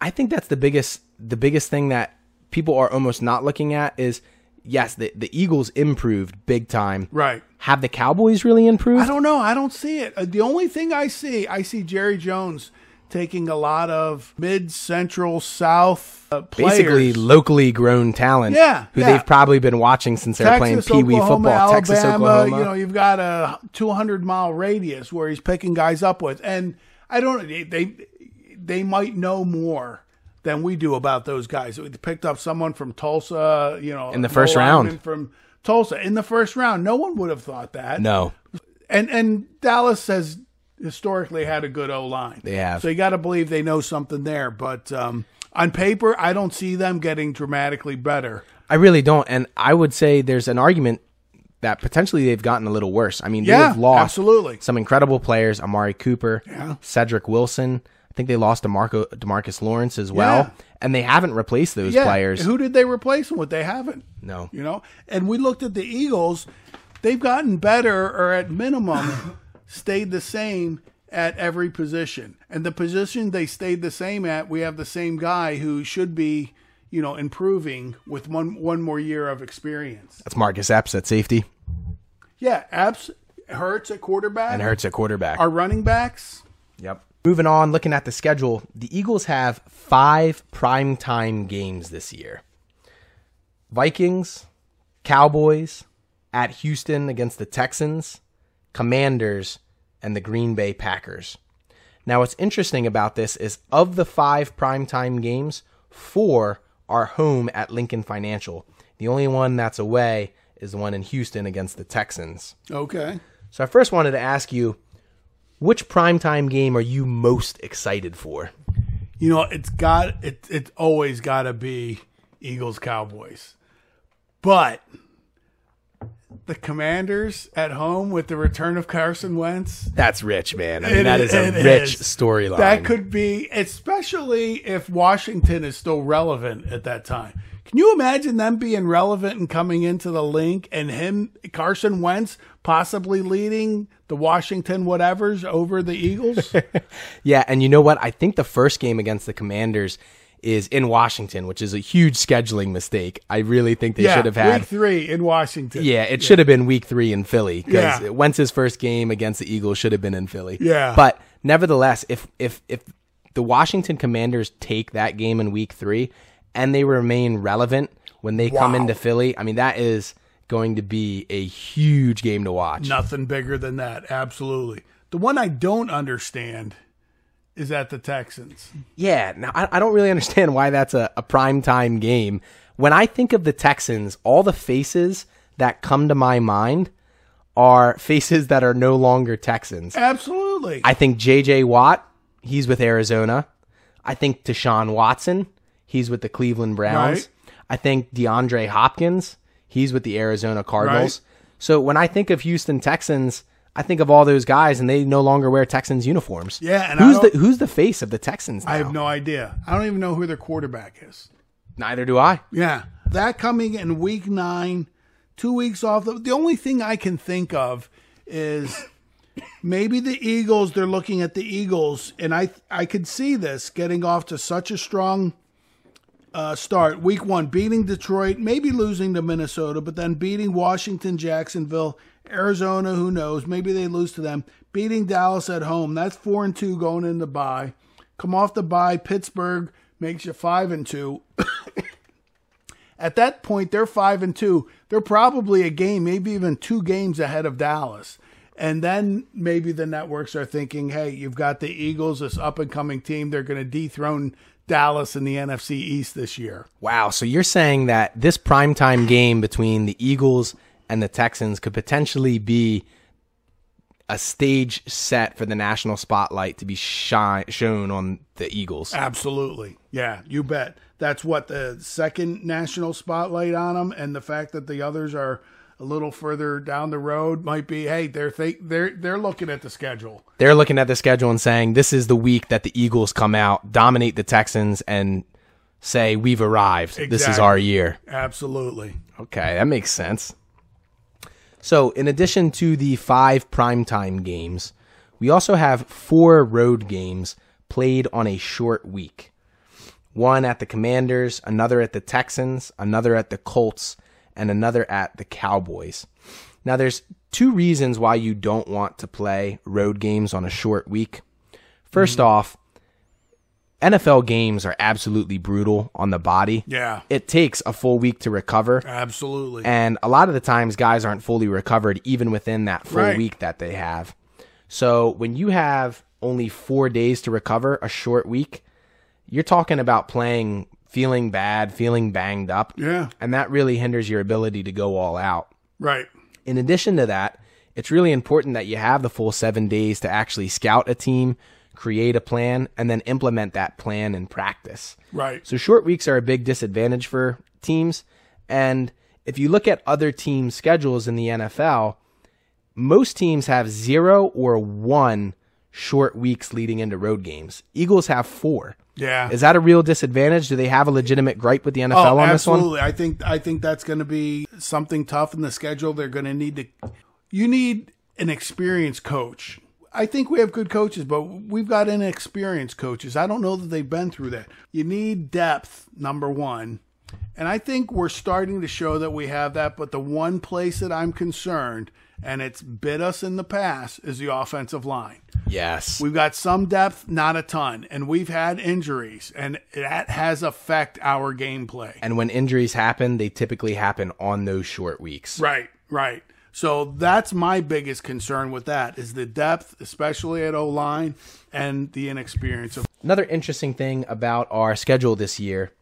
[SPEAKER 1] I think that's the biggest the biggest thing that people are almost not looking at is yes, the, the Eagles improved big time.
[SPEAKER 2] Right.
[SPEAKER 1] Have the Cowboys really improved?
[SPEAKER 2] I don't know. I don't see it. Uh, The only thing I see, I see Jerry Jones taking a lot of mid central south uh, players.
[SPEAKER 1] Basically, locally grown talent.
[SPEAKER 2] Yeah,
[SPEAKER 1] who
[SPEAKER 2] yeah.
[SPEAKER 1] they've probably been watching since they're playing
[SPEAKER 2] Texas,
[SPEAKER 1] pee wee
[SPEAKER 2] Oklahoma,
[SPEAKER 1] football.
[SPEAKER 2] Alabama,
[SPEAKER 1] Texas, Oklahoma.
[SPEAKER 2] You know, you've got a 200 mile radius where he's picking guys up with, and I don't. They they, they might know more than we do about those guys. We picked up someone from Tulsa. You know, in
[SPEAKER 1] the first round.
[SPEAKER 2] from Tulsa in the first round. No one would have thought that.
[SPEAKER 1] no,
[SPEAKER 2] And and Dallas has historically had a good O line.
[SPEAKER 1] They have.
[SPEAKER 2] So you got to believe they know something there. But um, on paper, I don't see them getting dramatically better.
[SPEAKER 1] I really don't. And I would say there's an argument that potentially they've gotten a little worse. I mean,
[SPEAKER 2] Yeah,
[SPEAKER 1] they've lost
[SPEAKER 2] absolutely.
[SPEAKER 1] some incredible players, Amari Cooper, Cedric Wilson. I think they lost DeMarco, DeMarcus Lawrence as well.
[SPEAKER 2] Yeah.
[SPEAKER 1] And they haven't replaced those
[SPEAKER 2] Yeah.
[SPEAKER 1] players.
[SPEAKER 2] Who did they replace them with? They haven't.
[SPEAKER 1] no.
[SPEAKER 2] You know, and we looked at the Eagles. They've gotten better, or at minimum, stayed the same at every position. And the position they stayed the same at, we have the same guy who should be, you know, improving with one one more year of experience.
[SPEAKER 1] That's Marcus Epps at safety
[SPEAKER 2] Yeah, Apps hurts at quarterback.
[SPEAKER 1] and Hurts at quarterback.
[SPEAKER 2] Our running backs.
[SPEAKER 1] Yep. Moving on, looking at the schedule, the Eagles have five primetime games this year Vikings, Cowboys, at Houston against the Texans, Commanders, and the Green Bay Packers. Now, what's interesting about this is of the five primetime games, four are home at Lincoln Financial. The only one that's away is the one in Houston against the Texans.
[SPEAKER 2] Okay.
[SPEAKER 1] So I first wanted to ask you, which primetime game are you most excited for?
[SPEAKER 2] You know, it's got it. It's always got to be Eagles Cowboys, but the Commanders at home with the return of Carson Wentz.
[SPEAKER 1] That's rich, man. I
[SPEAKER 2] It
[SPEAKER 1] mean, that
[SPEAKER 2] is-
[SPEAKER 1] is
[SPEAKER 2] it
[SPEAKER 1] a rich
[SPEAKER 2] is.
[SPEAKER 1] storyline.
[SPEAKER 2] That could be, especially if Washington is still relevant at that time. Can you imagine them being relevant and coming into the link and him, Carson Wentz, possibly leading the Washington whatevers over the Eagles?
[SPEAKER 1] yeah, and you know what? I think the first game against the Commanders is in Washington, which is a huge scheduling mistake. I really think they
[SPEAKER 2] yeah,
[SPEAKER 1] should have had.
[SPEAKER 2] week three in Washington.
[SPEAKER 1] yeah, it should have been week three in Philly because
[SPEAKER 2] Yeah.
[SPEAKER 1] Wentz's first game against the Eagles should have been in Philly.
[SPEAKER 2] Yeah.
[SPEAKER 1] But nevertheless, if if if the Washington Commanders take that game in week three and they remain relevant when they come
[SPEAKER 2] Wow.
[SPEAKER 1] into Philly, I mean that is going to be a huge game to watch.
[SPEAKER 2] Nothing bigger than that. Absolutely. The one I don't understand is at the Texans.
[SPEAKER 1] Yeah, now I, I don't really understand why that's a, a prime time game. When I think of the Texans, all the faces that come to my mind are faces that are no longer Texans.
[SPEAKER 2] Absolutely.
[SPEAKER 1] I think J.J. Watt, he's with Arizona. I think Deshaun Watson, he's with the Cleveland Browns. I think DeAndre Hopkins, he's with the Arizona Cardinals. So when I think of Houston Texans, I think of all those guys, and they no longer wear Texans uniforms.
[SPEAKER 2] Yeah, and I
[SPEAKER 1] who's
[SPEAKER 2] don't-
[SPEAKER 1] the who's the face of the Texans now?
[SPEAKER 2] I have no idea. I don't even know who their quarterback is.
[SPEAKER 1] Neither do I.
[SPEAKER 2] Yeah. That coming in week nine, two weeks off. The, the only thing I can think of is maybe the Eagles, they're looking at the Eagles, and I, I could see this getting off to such a strong uh, start. Week one, beating Detroit, maybe losing to Minnesota, but then beating Washington, Jacksonville, Arizona, who knows? Maybe they lose to them. Beating Dallas at home. That's four and two going in the bye. Come off the bye. Pittsburgh makes you five and two. At that point, they're five and two. They're probably a game, maybe even two games ahead of Dallas. And then maybe the networks are thinking, hey, you've got the Eagles, this up and coming team. They're going to dethrone Dallas in the NFC East this year.
[SPEAKER 1] Wow. So you're saying that this primetime game between the Eagles and the Texans could potentially be a stage set for the national spotlight to be shi- shown on the Eagles.
[SPEAKER 2] Ah. Absolutely. Yeah, you bet. That's what the second national spotlight on them, and the fact that the others are a little further down the road might be, hey, they're th- they're they're looking at the schedule.
[SPEAKER 1] They're looking at the schedule and saying, this is the week that the Eagles come out, dominate the Texans, and say, we've arrived. This is
[SPEAKER 2] Exactly.
[SPEAKER 1] our year.
[SPEAKER 2] Absolutely.
[SPEAKER 1] Okay, that makes sense. So, in addition to the five primetime games, we also have four road games played on a short week. One at the Commanders, another at the Texans, another at the Colts, and another at the Cowboys. Now, there's two reasons why you don't want to play road games on a short week. 1st off, NFL games are absolutely brutal on the body.
[SPEAKER 2] Yeah.
[SPEAKER 1] It takes a full week to recover.
[SPEAKER 2] Absolutely.
[SPEAKER 1] And a lot of the times, guys aren't fully recovered even within that full
[SPEAKER 2] Right.
[SPEAKER 1] week that they have. So when you have only four days to recover, a short week, you're talking about playing, feeling bad, feeling banged up.
[SPEAKER 2] Yeah.
[SPEAKER 1] And that really hinders your ability to go all out.
[SPEAKER 2] Right.
[SPEAKER 1] In addition to that, it's really important that you have the full seven days to actually scout a team, create a plan, and then implement that plan in practice.
[SPEAKER 2] Right.
[SPEAKER 1] So short weeks are a big disadvantage for teams. And if you look at other team schedules in the NFL, most teams have zero or one short weeks leading into road games. Eagles have four.
[SPEAKER 2] Yeah.
[SPEAKER 1] Is that a real disadvantage? Do they have a legitimate gripe with the NFL
[SPEAKER 2] Oh,
[SPEAKER 1] on this one?
[SPEAKER 2] absolutely. I think I think that's going to be something tough in the schedule. They're going to need to. You need an experienced coach. I think we have good coaches, but we've got inexperienced coaches. I don't know that they've been through that. You need depth, number one. And I think we're starting to show that we have that. But the one place that I'm concerned, and it's bit us in the past, is the offensive line.
[SPEAKER 1] Yes.
[SPEAKER 2] We've got some depth, not a ton. And we've had injuries, and that has affect our gameplay.
[SPEAKER 1] And when injuries happen, they typically happen on those short weeks.
[SPEAKER 2] Right, right. So that's my biggest concern with that is the depth, especially at O line, and the inexperience of
[SPEAKER 1] Another interesting thing about our schedule this year,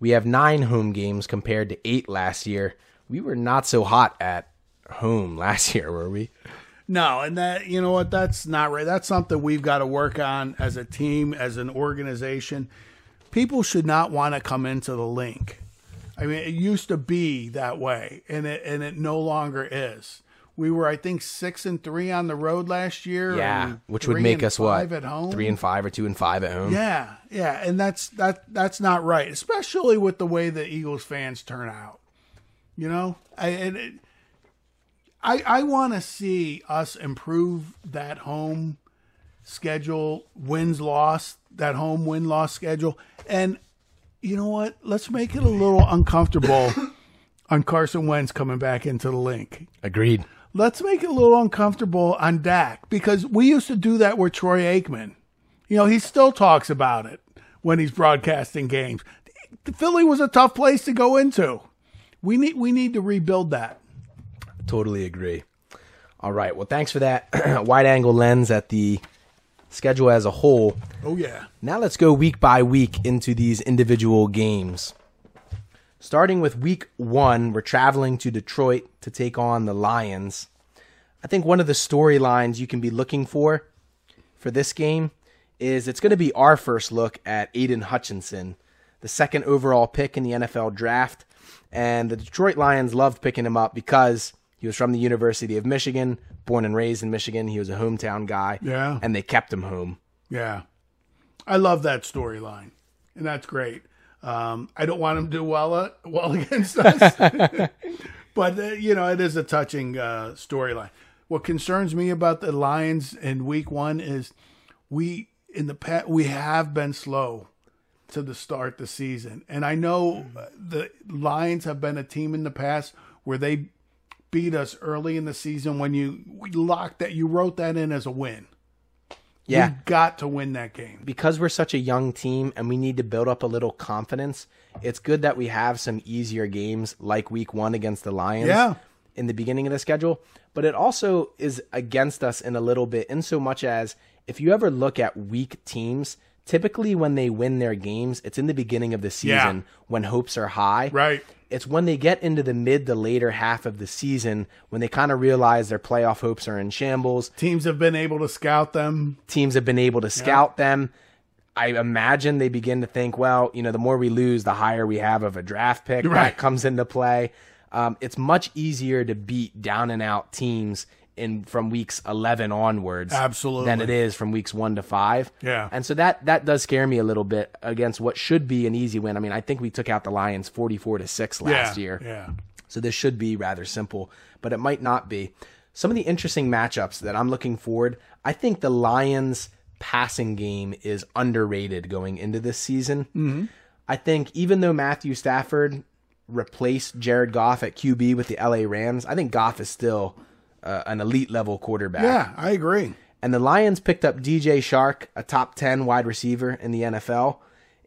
[SPEAKER 1] we have nine home games compared to eight last year. We were not so hot at home last year, were we?
[SPEAKER 2] no. And that you know what? That's not right. That's something we've got to work on as a team, as an organization. People should not want to come into the link. I mean, it used to be that way, and it and it no longer is. We were, I think, six and three on the road last year.
[SPEAKER 1] Yeah,
[SPEAKER 2] and
[SPEAKER 1] which would
[SPEAKER 2] three
[SPEAKER 1] make
[SPEAKER 2] and
[SPEAKER 1] us what
[SPEAKER 2] five at home.
[SPEAKER 1] three and five or two and five at home.
[SPEAKER 2] Yeah, yeah, and that's that that's not right, especially with the way the Eagles fans turn out. You know, I and it, I I want to see us improve that home schedule, wins loss, that home win loss schedule, and you know what? Let's make it a little uncomfortable on Carson Wentz coming back into the link
[SPEAKER 1] Agreed.
[SPEAKER 2] let's make it a little uncomfortable on Dak because we used to do that with Troy Aikman. You know, he still talks about it when he's broadcasting games. Philly was a tough place to go into. We need we need to rebuild that.
[SPEAKER 1] Totally agree. All right. Well, thanks for that wide angle lens at the schedule as a whole.
[SPEAKER 2] Oh yeah.
[SPEAKER 1] Now let's go week by week into these individual games. Starting with week one, we're traveling to Detroit to take on the Lions. I think one of the storylines you can be looking for for this game is it's going to be our first look at Aiden Hutchinson, the second overall pick in the NFL draft. And the Detroit Lions loved picking him up because he was from the University of Michigan, born and raised in Michigan. He was a hometown guy.
[SPEAKER 2] Yeah.
[SPEAKER 1] And they kept him home.
[SPEAKER 2] Yeah. I love that storyline. And that's great. Um, I don't want him to do well uh, well against us. but uh, you know, it is a touching uh, storyline. What concerns me about the Lions in week 1 is we in the past we have been slow to the start the season. And I know uh, the Lions have been a team in the past where they beat us early in the season when you we locked that you wrote that in as a win.
[SPEAKER 1] Yeah.
[SPEAKER 2] We got to win that game.
[SPEAKER 1] because we're such a young team and we need to build up a little confidence, it's good that we have some easier games like week one against the Lions
[SPEAKER 2] Yeah.
[SPEAKER 1] in the beginning of the schedule. But it also is against us in a little bit, in so much as if you ever look at weak teams, typically when they win their games, it's in the beginning of the season
[SPEAKER 2] Yeah.
[SPEAKER 1] when hopes are high.
[SPEAKER 2] Right.
[SPEAKER 1] It's when they get into the mid to later half of the season when they kind of realize their playoff hopes are in shambles
[SPEAKER 2] Teams have been able to scout them.
[SPEAKER 1] teams have been able to scout them. I imagine they begin to think, well, you know, the more we lose, the higher we have of a draft pick
[SPEAKER 2] Right.
[SPEAKER 1] that comes into play. Um, it's much easier to beat down and out teams in from weeks eleven onwards,
[SPEAKER 2] Absolutely.
[SPEAKER 1] than it is from weeks one to five.
[SPEAKER 2] Yeah.
[SPEAKER 1] and so that that does scare me a little bit against what should be an easy win. I mean, I think we took out the Lions forty four to six last
[SPEAKER 2] yeah.
[SPEAKER 1] year.
[SPEAKER 2] Yeah.
[SPEAKER 1] So this should be rather simple, but it might not be. Some of the interesting matchups that I'm looking forward, I think the Lions passing game is underrated going into this season. Mm-hmm. I think even though Matthew Stafford replaced Jared Goff at QB with the LA Rams, I think Goff is still uh, an elite level quarterback.
[SPEAKER 2] Yeah, I agree.
[SPEAKER 1] And the Lions picked up DJ Shark, a top 10 wide receiver in the NFL,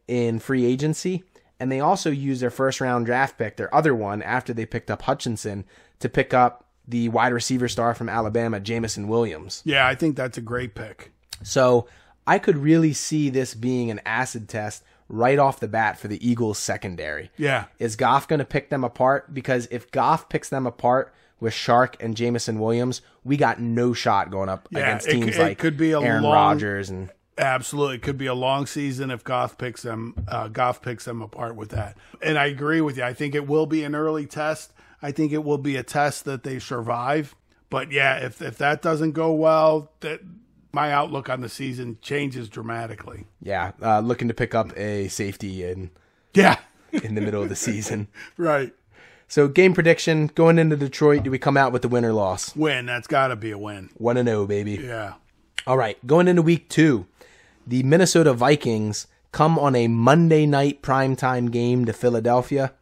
[SPEAKER 1] in free agency. And they also used their first round draft pick, their other one, after they picked up Hutchinson, to pick up the wide receiver star from Alabama, Jamison Williams.
[SPEAKER 2] Yeah, I think that's a great pick.
[SPEAKER 1] So I could really see this being an acid test right off the bat for the Eagles' secondary.
[SPEAKER 2] Yeah.
[SPEAKER 1] Is Goff going to pick them apart? Because if Goff picks them apart with Shark and Jamison Williams, we got no shot going up
[SPEAKER 2] Yeah,
[SPEAKER 1] against
[SPEAKER 2] it
[SPEAKER 1] teams
[SPEAKER 2] c- it
[SPEAKER 1] like
[SPEAKER 2] could be a
[SPEAKER 1] Aaron
[SPEAKER 2] long-
[SPEAKER 1] Rodgers and
[SPEAKER 2] Absolutely, it could be a long season if Goff picks them. Uh, Goff picks them apart with that, and I agree with you. I think it will be an early test. I think it will be a test that they survive. But yeah, if if that doesn't go well, that my outlook on the season changes dramatically.
[SPEAKER 1] yeah, uh, looking to pick up a safety in
[SPEAKER 2] Yeah,
[SPEAKER 1] in the middle of the season.
[SPEAKER 2] right.
[SPEAKER 1] So game prediction going into Detroit, do we come out with a win or loss?
[SPEAKER 2] Win. That's got to be a win.
[SPEAKER 1] One and zero, baby.
[SPEAKER 2] Yeah.
[SPEAKER 1] All right, going into week two, the Minnesota Vikings come on a Monday night primetime game to Philadelphia.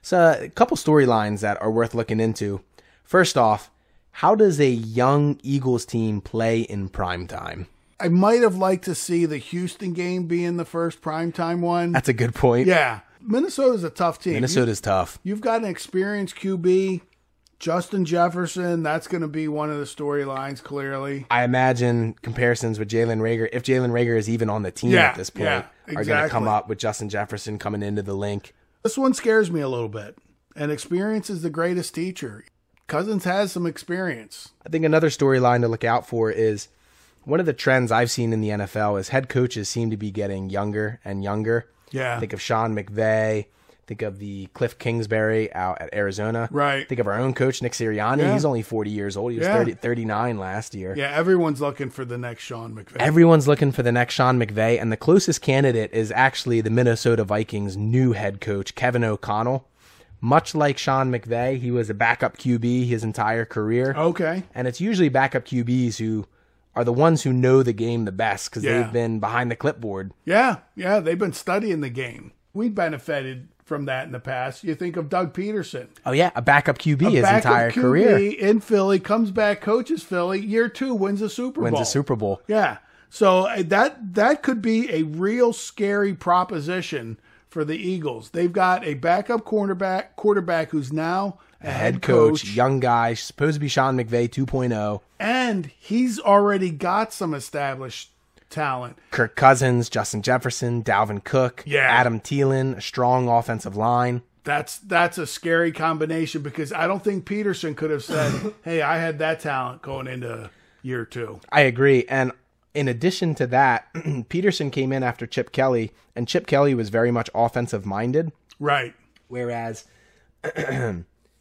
[SPEAKER 1] So, a couple storylines that are worth looking into. First off, how does a young Eagles team play in primetime?
[SPEAKER 2] I might have liked to see the Houston game being the first primetime one.
[SPEAKER 1] That's a good point.
[SPEAKER 2] Yeah. Minnesota's a tough team.
[SPEAKER 1] Minnesota's tough.
[SPEAKER 2] You've got an experienced QB, Justin Jefferson. That's going to be one of the storylines, clearly.
[SPEAKER 1] I imagine comparisons with Jalen Rager, if Jalen Rager is even on the team
[SPEAKER 2] Yeah,
[SPEAKER 1] at this point,
[SPEAKER 2] yeah,
[SPEAKER 1] are going to come
[SPEAKER 2] exactly.
[SPEAKER 1] up with Justin Jefferson coming into the link.
[SPEAKER 2] This one scares me a little bit. And experience is the greatest teacher. Cousins has some experience.
[SPEAKER 1] I think another storyline to look out for is one of the trends I've seen in the NFL is head coaches seem to be getting younger and younger.
[SPEAKER 2] Yeah.
[SPEAKER 1] Think of Sean McVay. Think of the Cliff Kingsbury out at Arizona.
[SPEAKER 2] Right.
[SPEAKER 1] Think of our own coach, Nick Sirianni.
[SPEAKER 2] Yeah.
[SPEAKER 1] He's only 40 years old. He was
[SPEAKER 2] Yeah.
[SPEAKER 1] 30, 39 last year.
[SPEAKER 2] Yeah, everyone's looking for the next Sean McVay.
[SPEAKER 1] Everyone's looking for the next Sean McVay, and the closest candidate is actually the Minnesota Vikings' new head coach, Kevin O'Connell. Much like Sean McVay, he was a backup QB his entire career.
[SPEAKER 2] Okay.
[SPEAKER 1] And it's usually backup QBs who are the ones who know the game the best because
[SPEAKER 2] Yeah.
[SPEAKER 1] they've been behind the clipboard.
[SPEAKER 2] Yeah, yeah, they've been studying the game. We benefited from that in the past. You think of Doug Peterson.
[SPEAKER 1] Oh, yeah, a backup QB his
[SPEAKER 2] Backup
[SPEAKER 1] entire
[SPEAKER 2] QB
[SPEAKER 1] career
[SPEAKER 2] in Philly, comes back, coaches Philly, year two wins a Super
[SPEAKER 1] wins
[SPEAKER 2] Bowl.
[SPEAKER 1] a Super Bowl.
[SPEAKER 2] Yeah. So uh, that that could be a real scary proposition for the Eagles. They've got a backup quarterback quarterback who's now a
[SPEAKER 1] Head coach, young guy, supposed to be Sean McVay oh. 2.0.
[SPEAKER 2] and he's already got some established talent.
[SPEAKER 1] Kirk Cousins, Justin Jefferson, Dalvin Cook,
[SPEAKER 2] Yeah.
[SPEAKER 1] Adam Thielen, a strong offensive line.
[SPEAKER 2] That's that's a scary combination because I don't think Peterson could have said, "Hey, I had that talent going into year 2."
[SPEAKER 1] I agree. And in addition to that, Peterson came in after Chip Kelly, and Chip Kelly was very much offensive minded,
[SPEAKER 2] Right.
[SPEAKER 1] whereas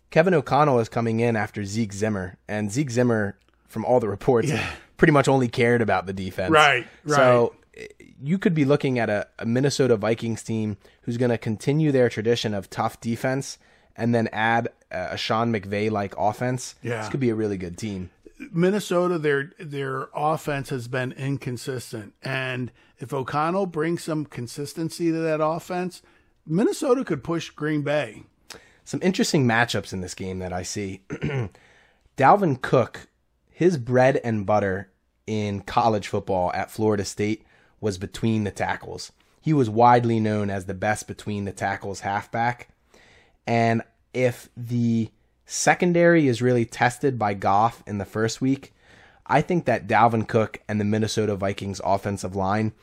[SPEAKER 1] Kevin O'Connell is coming in after Zeke Zimmer, and Zeke Zimmer, from all the reports, pretty much only cared about the defense.
[SPEAKER 2] Right,
[SPEAKER 1] So eh, you could be looking at a, a Minnesota Vikings team who's going to continue their tradition of tough defense and then add a a Sean McVay like offense.
[SPEAKER 2] Yeah.
[SPEAKER 1] This could be a really good team.
[SPEAKER 2] Minnesota, their their offense has been inconsistent, and if O'Connell brings some consistency to that offense, Minnesota could push Green Bay.
[SPEAKER 1] some interesting matchups in this game that I see. Dalvin Cook, his bread and butter in college football at Florida State was between the tackles. He was widely known as the best between the tackles halfback. And if the secondary is really tested by Goff in the first week, I think that Dalvin Cook and the Minnesota Vikings offensive line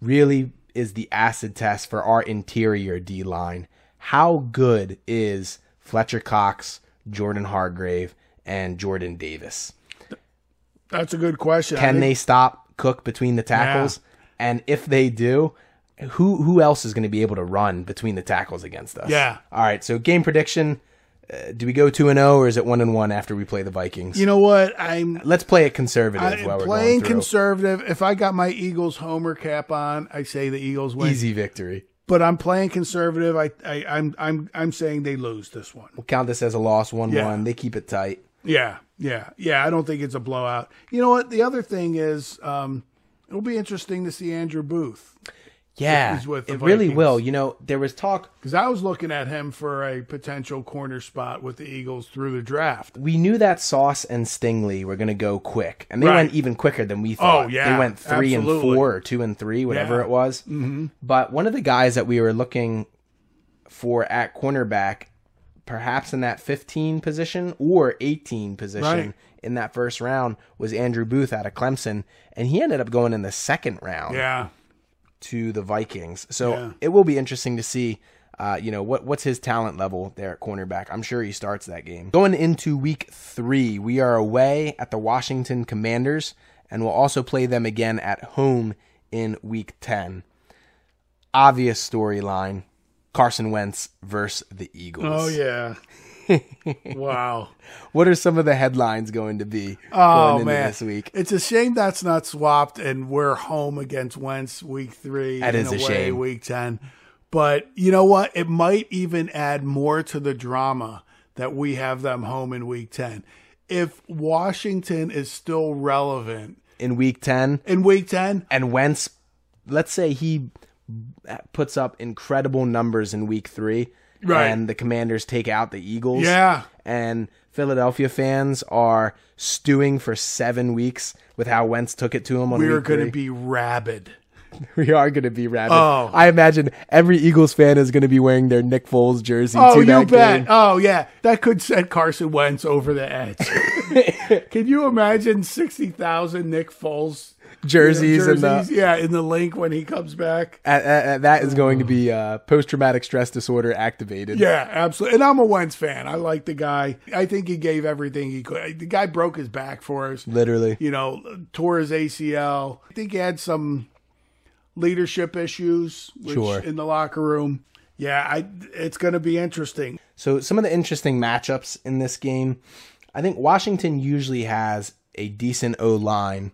[SPEAKER 1] really is the acid test for our interior D line. How good is Fletcher Cox, Jordan Hargrave, and Jordan Davis?
[SPEAKER 2] That's a good question. I
[SPEAKER 1] Can
[SPEAKER 2] think-
[SPEAKER 1] they stop Cook between the tackles? And if they do, who who else is going to be able to run between the tackles against us?
[SPEAKER 2] Yeah.
[SPEAKER 1] All right. So game prediction: uh, Do we go two and zero, or is it one and one after we play the Vikings?
[SPEAKER 2] you know what? I'm
[SPEAKER 1] Let's play it conservative
[SPEAKER 2] I-
[SPEAKER 1] while we're going
[SPEAKER 2] playing
[SPEAKER 1] through.
[SPEAKER 2] conservative. If I got my Eagles homer cap on, I say the Eagles win.
[SPEAKER 1] Easy victory.
[SPEAKER 2] But I'm playing conservative. I, I I'm I'm I'm saying they lose this one.
[SPEAKER 1] We'll count this as a loss. One
[SPEAKER 2] Yeah.
[SPEAKER 1] one. They keep it tight.
[SPEAKER 2] Yeah, yeah, yeah. I don't think it's a blowout. You know what? The other thing is, um, it'll be interesting to see Andrew Booth.
[SPEAKER 1] Yeah,
[SPEAKER 2] he's with the
[SPEAKER 1] it really
[SPEAKER 2] Vikings.
[SPEAKER 1] will. You know, there was talk.
[SPEAKER 2] Because I was looking at him for a potential corner spot with the Eagles through the draft.
[SPEAKER 1] We knew that Sauce and Stingley were going to go quick, and they
[SPEAKER 2] Right. Oh,
[SPEAKER 1] went even quicker than we thought.
[SPEAKER 2] yeah,
[SPEAKER 1] they went three
[SPEAKER 2] absolutely.
[SPEAKER 1] and four, or two and three, whatever
[SPEAKER 2] Yeah.
[SPEAKER 1] it was. Mm-hmm. But one of the guys that we were looking for at cornerback, perhaps in that 15 position or 18 position
[SPEAKER 2] Right.
[SPEAKER 1] in that first round, was Andrew Booth out of Clemson, and he ended up going in the second round.
[SPEAKER 2] Yeah.
[SPEAKER 1] to the Vikings. So
[SPEAKER 2] Yeah.
[SPEAKER 1] it will be interesting to see, uh, you know, what what's his talent level there at cornerback. I'm sure he starts that game. Going into week three, we are away at the Washington Commanders, and we'll also play them again at home in week 10. Obvious storyline Carson Wentz versus the Eagles.
[SPEAKER 2] Oh yeah. wow.
[SPEAKER 1] What are some of the headlines going to be going
[SPEAKER 2] Oh
[SPEAKER 1] into
[SPEAKER 2] man.
[SPEAKER 1] this week?
[SPEAKER 2] It's a shame that's not swapped and we're home against Wentz week three.
[SPEAKER 1] That
[SPEAKER 2] and
[SPEAKER 1] is a
[SPEAKER 2] away
[SPEAKER 1] shame.
[SPEAKER 2] Week ten. But you know what? It might even add more to the drama that we have them home in week ten. If Washington is still relevant
[SPEAKER 1] In week 10,
[SPEAKER 2] in week ten,
[SPEAKER 1] and Wentz, let's say he puts up incredible numbers in week three,
[SPEAKER 2] Right.
[SPEAKER 1] and the Commanders take out the Eagles,
[SPEAKER 2] yeah.
[SPEAKER 1] and Philadelphia fans are stewing for seven weeks with how Wentz took it to him on
[SPEAKER 2] We are
[SPEAKER 1] week
[SPEAKER 2] gonna
[SPEAKER 1] three.
[SPEAKER 2] be rabid.
[SPEAKER 1] we are going to be rabid.
[SPEAKER 2] Oh.
[SPEAKER 1] I imagine every Eagles fan is going to be wearing their Nick Foles jersey.
[SPEAKER 2] Oh,
[SPEAKER 1] to
[SPEAKER 2] you
[SPEAKER 1] that
[SPEAKER 2] bet.
[SPEAKER 1] game.
[SPEAKER 2] Oh, yeah. That could send Carson Wentz over the edge. Can you imagine 60,000 Nick Foles
[SPEAKER 1] Jerseys, and the
[SPEAKER 2] jerseys? Yeah, in the link when he comes back.
[SPEAKER 1] uh, uh, uh, that is going to be uh, post traumatic stress disorder activated.
[SPEAKER 2] Yeah, absolutely. And I'm a Wentz fan. I like the guy. I think he gave everything he could. The guy broke his back for us,
[SPEAKER 1] Literally.
[SPEAKER 2] you know, tore his ACL. I think he had some leadership issues which,
[SPEAKER 1] Sure.
[SPEAKER 2] in the locker room. Yeah, I, it's going to be interesting.
[SPEAKER 1] So some of the interesting matchups in this game, I think Washington usually has a decent O line,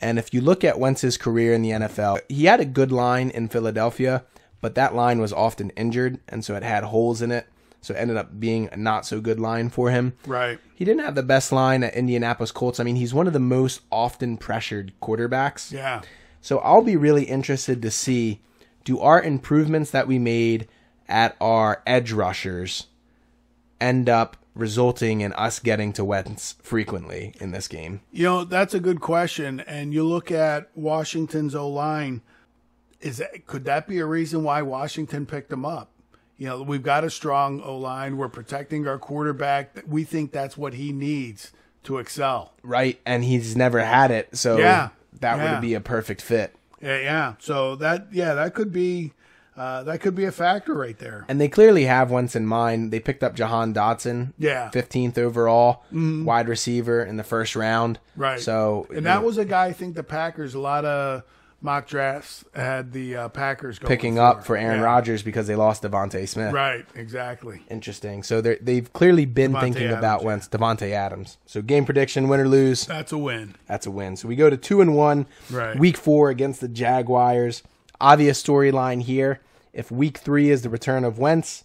[SPEAKER 1] and if you look at Wentz's career in the NFL, he had a good line in Philadelphia, but that line was often injured, and so it had holes in it, so it ended up being a not so good line for him.
[SPEAKER 2] Right.
[SPEAKER 1] He didn't have the best line at Indianapolis Colts. I mean, he's one of the most often pressured quarterbacks.
[SPEAKER 2] Yeah.
[SPEAKER 1] So I'll be really interested to see do our improvements that we made at our edge rushers end up resulting in us getting to Wentz frequently in this game.
[SPEAKER 2] You know, that's a good question. And you look at Washington's O line. Is that, could that be a reason why Washington picked him up? You know, we've got a strong O line. We're protecting our quarterback. We think that's what he needs to excel.
[SPEAKER 1] Right? And he's never had it, so
[SPEAKER 2] Yeah.
[SPEAKER 1] that
[SPEAKER 2] Yeah.
[SPEAKER 1] would be a perfect fit.
[SPEAKER 2] Yeah, yeah. So that, yeah, that could be, uh, that could be a factor right there.
[SPEAKER 1] And they clearly have Wentz in mind. They picked up Jahan Dotson,
[SPEAKER 2] Yeah, Mm-hmm.
[SPEAKER 1] 15th overall wide receiver in the first round.
[SPEAKER 2] right.
[SPEAKER 1] So
[SPEAKER 2] and that was a guy. I think the Packers. A lot of mock drafts had the uh, Packers going
[SPEAKER 1] picking up
[SPEAKER 2] for
[SPEAKER 1] for Aaron
[SPEAKER 2] Yeah.
[SPEAKER 1] Rodgers because they lost Devontae Smith.
[SPEAKER 2] Right. Exactly.
[SPEAKER 1] Interesting. So they're- they've clearly been thinking
[SPEAKER 2] Adams,
[SPEAKER 1] about
[SPEAKER 2] yeah.
[SPEAKER 1] Wentz, Devontae Adams. So game prediction, win or lose,
[SPEAKER 2] That's a win.
[SPEAKER 1] that's a win. So we go to two and one,
[SPEAKER 2] Right.
[SPEAKER 1] week four against the Jaguars. Obvious storyline here. If week three is the return of Wentz,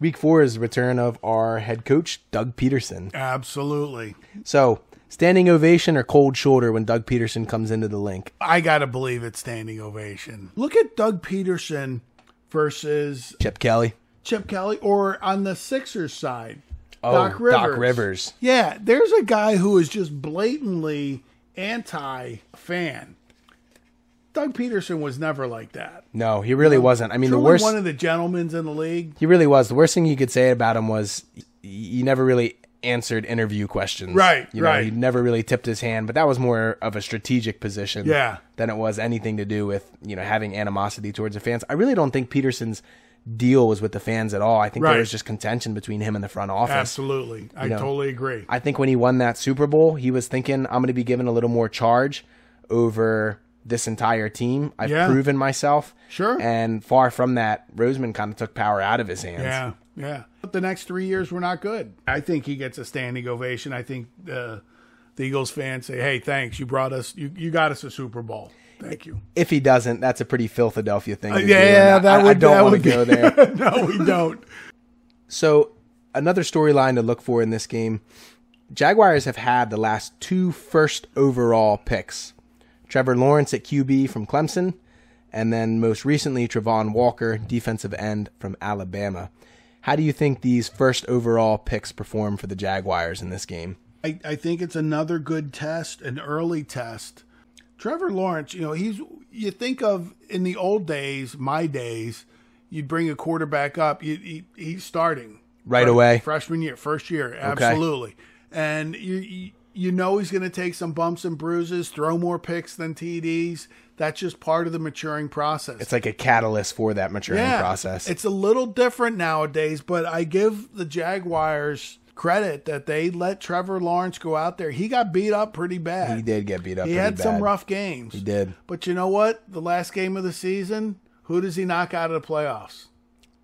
[SPEAKER 1] week four is the return of our head coach Doug Peterson.
[SPEAKER 2] Absolutely.
[SPEAKER 1] So standing ovation or cold shoulder when Doug Peterson comes into the link.
[SPEAKER 2] I gotta believe it's standing ovation. Look at Doug Peterson versus
[SPEAKER 1] Chip Kelly,
[SPEAKER 2] Chip Kelly, or on the Sixers side, Doc
[SPEAKER 1] Oh,
[SPEAKER 2] Rivers.
[SPEAKER 1] Doc Rivers.
[SPEAKER 2] Yeah, there's a guy who is just blatantly anti-fan. Doug Peterson was never like that.
[SPEAKER 1] No, he really wasn't. I mean, the
[SPEAKER 2] Truly
[SPEAKER 1] worst.
[SPEAKER 2] one of the gentlemen's in the league.
[SPEAKER 1] He really was. The worst thing you could say about him was y- he never really answered interview questions.
[SPEAKER 2] Right,
[SPEAKER 1] You know,
[SPEAKER 2] right.
[SPEAKER 1] He never really tipped his hand, but that was more of a strategic position.
[SPEAKER 2] Yeah.
[SPEAKER 1] Than it was anything to do with you know having animosity towards the fans. I really don't think Peterson's deal was with the fans at all. I think
[SPEAKER 2] Right.
[SPEAKER 1] there was just contention between him and the front office.
[SPEAKER 2] Absolutely, I totally agree.
[SPEAKER 1] I think when he won that Super Bowl, he was thinking, I'm going to be given a little more charge over this entire team. I've
[SPEAKER 2] Yeah.
[SPEAKER 1] proven myself.
[SPEAKER 2] Sure.
[SPEAKER 1] And far from that, Roseman kind of took power out of his hands.
[SPEAKER 2] Yeah, yeah. But the next three years were not good. I think he gets a standing ovation. I think uh, the Eagles fans say, "Hey, thanks. You brought us. You you got us a Super Bowl. Thank you."
[SPEAKER 1] if he doesn't, that's a pretty Philadelphia thing. to do,
[SPEAKER 2] yeah,
[SPEAKER 1] and I,
[SPEAKER 2] that
[SPEAKER 1] I
[SPEAKER 2] would-
[SPEAKER 1] don't
[SPEAKER 2] that
[SPEAKER 1] want
[SPEAKER 2] would
[SPEAKER 1] to
[SPEAKER 2] be-
[SPEAKER 1] go there.
[SPEAKER 2] no, we don't.
[SPEAKER 1] So another storyline to look for in this game: Jaguars have had the last two first overall picks, Trevor Lawrence at QB from Clemson, and then most recently Travon Walker, defensive end from Alabama. How do you think these first overall picks perform for the Jaguars in this game?
[SPEAKER 2] I, I think it's another good test, an early test. Trevor Lawrence, you know, he's you think of in the old days, my days, you'd bring a quarterback up, you, he, he's starting
[SPEAKER 1] Right away.
[SPEAKER 2] freshman year, first year, absolutely, and you- you you know he's going to take some bumps and bruises, throw more picks than TDs. That's just part of the maturing process.
[SPEAKER 1] It's like a catalyst for that maturing process.
[SPEAKER 2] It's a little different nowadays, but I give the Jaguars credit that they let Trevor Lawrence go out there. He got beat up pretty bad.
[SPEAKER 1] He did get beat up.
[SPEAKER 2] He
[SPEAKER 1] pretty
[SPEAKER 2] had some
[SPEAKER 1] bad.
[SPEAKER 2] rough games.
[SPEAKER 1] He did.
[SPEAKER 2] But you know what? The last game of the season, who does he knock out of the playoffs?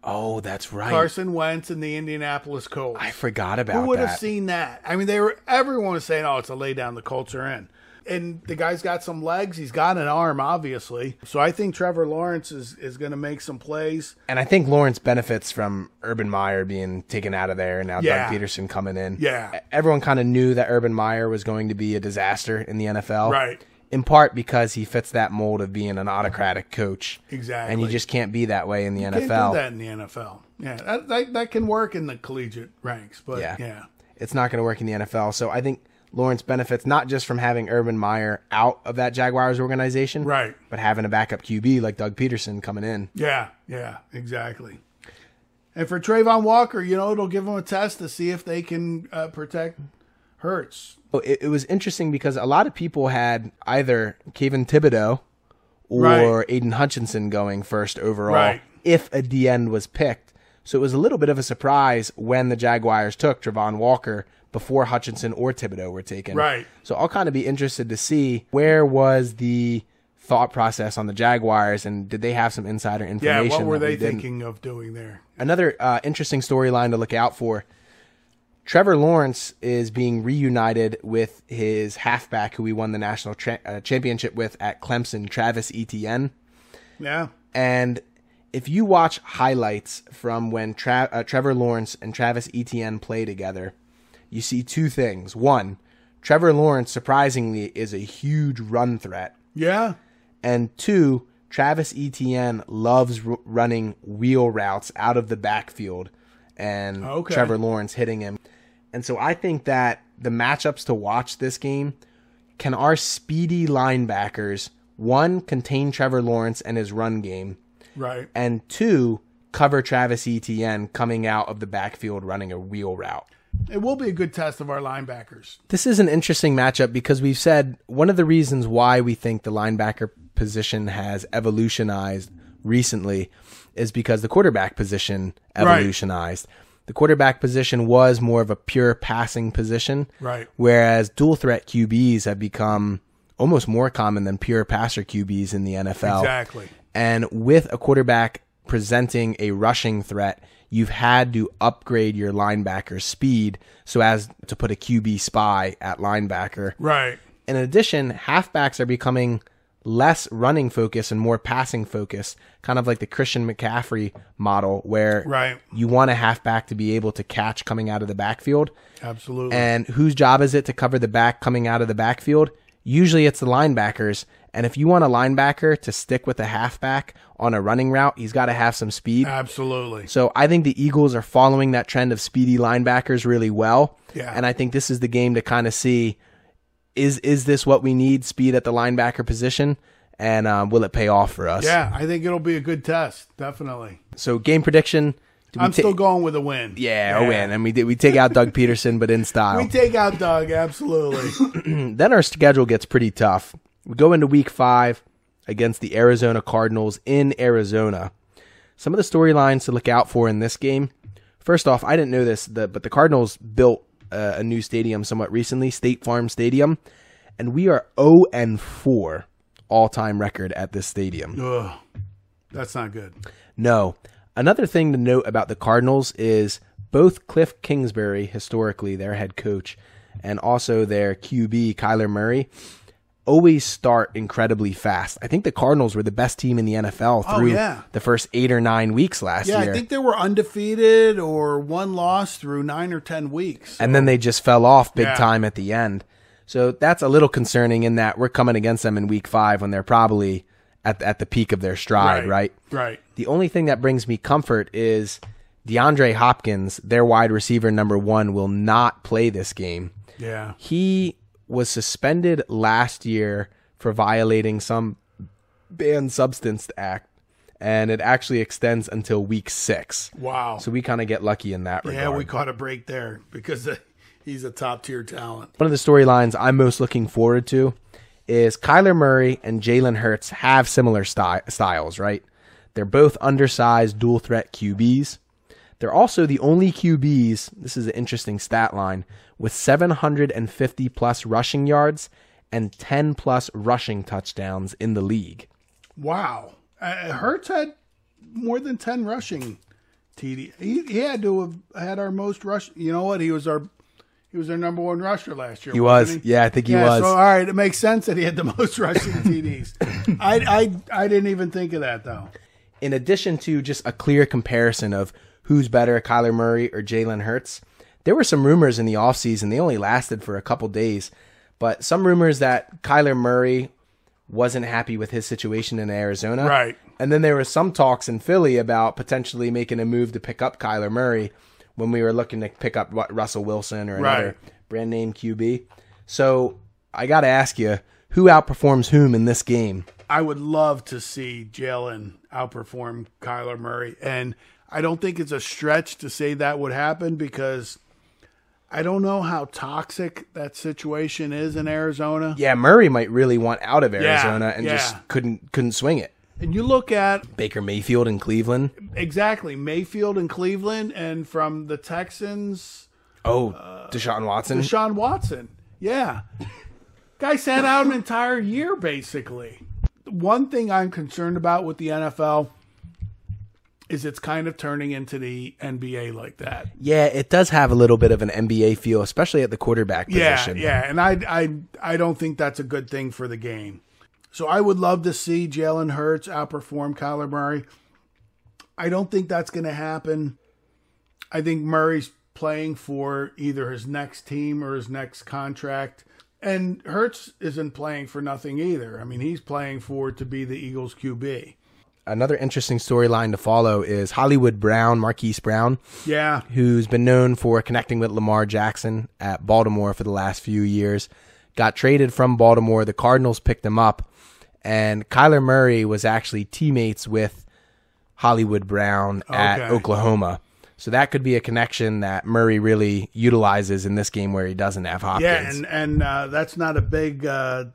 [SPEAKER 1] Oh, that's right.
[SPEAKER 2] Carson Wentz and the Indianapolis Colts.
[SPEAKER 1] I forgot about
[SPEAKER 2] Who would
[SPEAKER 1] that.
[SPEAKER 2] have seen that? I mean, they were everyone was saying, "Oh, it's a lay down. The Colts are in." And the guy's got some legs. He's got an arm, obviously. So I think Trevor Lawrence is is going to make some plays.
[SPEAKER 1] and I think Lawrence benefits from Urban Meyer being taken out of there and now
[SPEAKER 2] Yeah.
[SPEAKER 1] Doug Peterson coming in. E,
[SPEAKER 2] Yeah.
[SPEAKER 1] Everyone kind of knew that Urban Meyer was going to be a disaster in the NFL.
[SPEAKER 2] Right.
[SPEAKER 1] In part because he fits that mold of being an autocratic coach.
[SPEAKER 2] Exactly.
[SPEAKER 1] And you just can't be that way in the
[SPEAKER 2] can't
[SPEAKER 1] NFL.
[SPEAKER 2] do that in the NFL. Yeah, that, that that can work in the collegiate ranks, but
[SPEAKER 1] Yeah.
[SPEAKER 2] yeah,
[SPEAKER 1] It's not going to work in the NFL. So I think Lawrence benefits not just from having Urban Meyer out of that Jaguars organization,
[SPEAKER 2] Right.
[SPEAKER 1] but having a backup QB like Doug Peterson coming in.
[SPEAKER 2] yeah, yeah, exactly. And for Trayvon Walker, you know, it'll give them a test to see if they can uh, protect Hurts.
[SPEAKER 1] Well, it, it was interesting because a lot of people had either Kevin Thibodeau or
[SPEAKER 2] Right.
[SPEAKER 1] Aiden Hutchinson going first overall
[SPEAKER 2] Right.
[SPEAKER 1] if a DN was picked. So it was a little bit of a surprise when the Jaguars took Travon Walker before Hutchinson or Thibodeau were taken.
[SPEAKER 2] Right.
[SPEAKER 1] So I'll kind of be interested to see where was the thought process on the Jaguars and did they have some insider
[SPEAKER 2] Yeah,
[SPEAKER 1] information?
[SPEAKER 2] what were
[SPEAKER 1] that we
[SPEAKER 2] they
[SPEAKER 1] didn't?
[SPEAKER 2] thinking of doing there?
[SPEAKER 1] another uh, interesting storyline to look out for. Trevor Lawrence is being reunited with his halfback, who he won the national tra- uh, championship with at Clemson, Travis Etienne.
[SPEAKER 2] Yeah,
[SPEAKER 1] And if you watch highlights from when Tra- uh, Trevor Lawrence and Travis Etienne play together, you see two things. One, Trevor Lawrence surprisingly is a huge run threat,
[SPEAKER 2] yeah,
[SPEAKER 1] and two, Travis Etienne loves r- running wheel routes out of the backfield and
[SPEAKER 2] Okay.
[SPEAKER 1] Trevor Lawrence hitting him. And so I think that the matchups to watch this game can our speedy linebackers one contain Trevor Lawrence and his run game
[SPEAKER 2] right.
[SPEAKER 1] and two cover Travis Etienne coming out of the backfield running a wheel route.
[SPEAKER 2] It will be a good test of our linebackers.
[SPEAKER 1] This is an interesting matchup because we've said one of the reasons why we think the linebacker position has evolutionized recently is because the quarterback position evolutionized. The quarterback position was more of a pure passing position.
[SPEAKER 2] Right.
[SPEAKER 1] Whereas dual threat QBs have become almost more common than pure passer QBs in the NFL.
[SPEAKER 2] Exactly.
[SPEAKER 1] And with a quarterback presenting a rushing threat, you've had to upgrade your linebacker's speed so as to put a QB spy at linebacker.
[SPEAKER 2] Right.
[SPEAKER 1] In addition, halfbacks are becoming less running focused and more passing focused, kind of like the Christian McCaffrey model where
[SPEAKER 2] Right.
[SPEAKER 1] you want a halfback to be able to catch coming out of the backfield.
[SPEAKER 2] Absolutely.
[SPEAKER 1] And whose job is it to cover the back coming out of the backfield? Usually it's the linebackers. And if you want a linebacker to stick with a halfback on a running route, he's got to have some
[SPEAKER 2] Uh.
[SPEAKER 1] speed.
[SPEAKER 2] Absolutely.
[SPEAKER 1] So I think the Eagles are following that trend of speedy linebackers really well.
[SPEAKER 2] Yeah.
[SPEAKER 1] And I think this is the game to kind of see is is this what we need speed at the linebacker position and um, will it pay off for us?
[SPEAKER 2] Yeah, I think it'll be a good test. Definitely.
[SPEAKER 1] So game prediction. Do we
[SPEAKER 2] I'm
[SPEAKER 1] ta-
[SPEAKER 2] still going with a win.
[SPEAKER 1] yeah, a win, and we did, we take out Doug Peterson, but in style.
[SPEAKER 2] We take out Doug, absolutely.
[SPEAKER 1] then our schedule gets pretty tough. We go into week five against the Arizona Cardinals in Arizona. Some of the storylines to look out for in this game. First off, I didn't know this, the, but the Cardinals built uh, a new stadium somewhat recently, State Farm Stadium, and we are 0 and 4 all time record at this stadium.
[SPEAKER 2] Ugh, that's not good.
[SPEAKER 1] No. Another thing to note about the Cardinals is both Cliff Kingsbury, historically their head coach, and also their QB, Kyler Murray, always start incredibly fast. I think the Cardinals were the best team in the NFL through
[SPEAKER 2] Oh, yeah.
[SPEAKER 1] the first eight or nine weeks last
[SPEAKER 2] Yeah,
[SPEAKER 1] year.
[SPEAKER 2] I think they were undefeated or one loss through nine or ten weeks.
[SPEAKER 1] and then they just fell off big
[SPEAKER 2] Yeah.
[SPEAKER 1] time at the end. So that's a little concerning in that we're coming against them in week five when they're probably at at the peak of their stride, right?
[SPEAKER 2] Right.
[SPEAKER 1] The only thing that brings me comfort is DeAndre Hopkins, their wide receiver number 1 will not play this game.
[SPEAKER 2] Yeah.
[SPEAKER 1] He was suspended last year for violating some banned substance act and it actually extends until week 6.
[SPEAKER 2] Wow.
[SPEAKER 1] So we kind of get lucky in that regard.
[SPEAKER 2] yeah, we caught a break there because uh, he's a top tier talent.
[SPEAKER 1] One of the storylines I'm most looking forward to is Kyler Murray and Jalen Hurts have similar sty- styles, right? They're both undersized dual threat QBs. They're also the only QBs, this is an interesting stat line, with 750 plus rushing yards and 10 plus rushing touchdowns in the league.
[SPEAKER 2] Wow. Uh, Hertz had more than 10 rushing TD. He, he had to have had our most rush. You know what? He was our he was our number one rusher last year.
[SPEAKER 1] He was.
[SPEAKER 2] wasn't
[SPEAKER 1] Yeah, I think he
[SPEAKER 2] Yeah,
[SPEAKER 1] was.
[SPEAKER 2] So all right, it makes sense that he had the most rushing TDs. I, I I didn't even think of that though.
[SPEAKER 1] in addition to just a clear comparison of who's better, Kyler Murray or Jalen Hurts, there were some rumors in the offseason. They only lasted for a couple days, but some rumors that Kyler Murray wasn't happy with his situation in Arizona.
[SPEAKER 2] Right.
[SPEAKER 1] And then there were some talks in Philly about potentially making a move to pick up Kyler Murray when we were looking to pick up what, Russell Wilson or another brand name QB. So I got to ask you, who outperforms whom in this game?
[SPEAKER 2] I would love to see Jalen outperform Kyler Murray. And I don't think it's a stretch to say that would happen because I don't know how toxic that situation is in Arizona.
[SPEAKER 1] yeah, Murray might really want out of Arizona and
[SPEAKER 2] yeah.
[SPEAKER 1] just couldn't couldn't swing it.
[SPEAKER 2] And you look at
[SPEAKER 1] Baker Mayfield in Cleveland.
[SPEAKER 2] exactly Mayfield and Cleveland and from the Texans,
[SPEAKER 1] Oh,
[SPEAKER 2] Uh,
[SPEAKER 1] Deshaun Watson.
[SPEAKER 2] Sean Watson. Yeah. Guy sat out an entire year basically. One thing I'm concerned about with the NFL is it's kind of turning into the NBA like that.
[SPEAKER 1] yeah, it does have a little bit of an NBA feel, especially at the quarterback position.
[SPEAKER 2] Yeah, yeah, and I, I, I don't think that's a good thing for the game. So I would love to see Jalen Hurts outperform Kyler Murray. I don't think that's going to happen. I think Murray's playing for either his next team or his next contract. And Hurts isn't playing for nothing either. I mean, he's playing for to be the Eagles QB.
[SPEAKER 1] Another interesting storyline to follow is Hollywood Brown, Marquise Brown,
[SPEAKER 2] Yeah,
[SPEAKER 1] who's been known for connecting with Lamar Jackson at Baltimore for the last few years, got traded from Baltimore. The Cardinals picked him up, and Kyler Murray was actually teammates with Hollywood Brown at
[SPEAKER 2] Okay.
[SPEAKER 1] Oklahoma. So that could be a connection that Murray really utilizes in this game where he doesn't have Hopkins.
[SPEAKER 2] yeah, and and uh, that's not a big uh,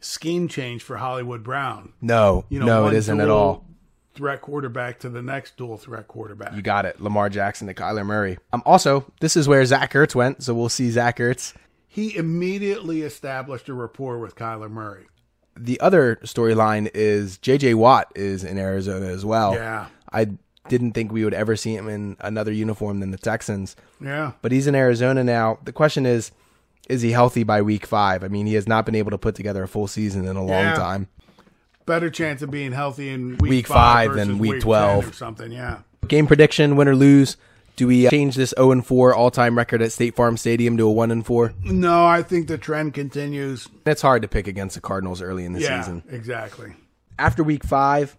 [SPEAKER 2] scheme change for Hollywood Brown.
[SPEAKER 1] no,
[SPEAKER 2] you know,
[SPEAKER 1] no,
[SPEAKER 2] one
[SPEAKER 1] it isn't at
[SPEAKER 2] dual
[SPEAKER 1] all.
[SPEAKER 2] Threat quarterback to the next dual threat quarterback.
[SPEAKER 1] You got it, Lamar Jackson to Kyler Murray. Um, also, this is where Zach Ertz went, so we'll see Zach Ertz.
[SPEAKER 2] He immediately established a rapport with Kyler Murray.
[SPEAKER 1] the other storyline is JJ Watt is in Arizona as well.
[SPEAKER 2] Yeah.
[SPEAKER 1] I didn't think we would ever see him in another uniform than the Texans,
[SPEAKER 2] Yeah.
[SPEAKER 1] but he's in Arizona now. The question is is he healthy by week 5? I mean, he has not been able to put together a full season in a long
[SPEAKER 2] Yeah.
[SPEAKER 1] time.
[SPEAKER 2] Better chance of being healthy in week,
[SPEAKER 1] Week
[SPEAKER 2] five,
[SPEAKER 1] five than
[SPEAKER 2] versus
[SPEAKER 1] week
[SPEAKER 2] 10
[SPEAKER 1] 12.
[SPEAKER 2] or something. Yeah.
[SPEAKER 1] Game prediction, win or lose, do we uh, change this 0 and 4 all-time record at State Farm Stadium to a 1 and 4?
[SPEAKER 2] No, I think the trend continues.
[SPEAKER 1] That's hard to pick against the Cardinals early in the
[SPEAKER 2] Yeah,
[SPEAKER 1] season.
[SPEAKER 2] exactly.
[SPEAKER 1] after week five,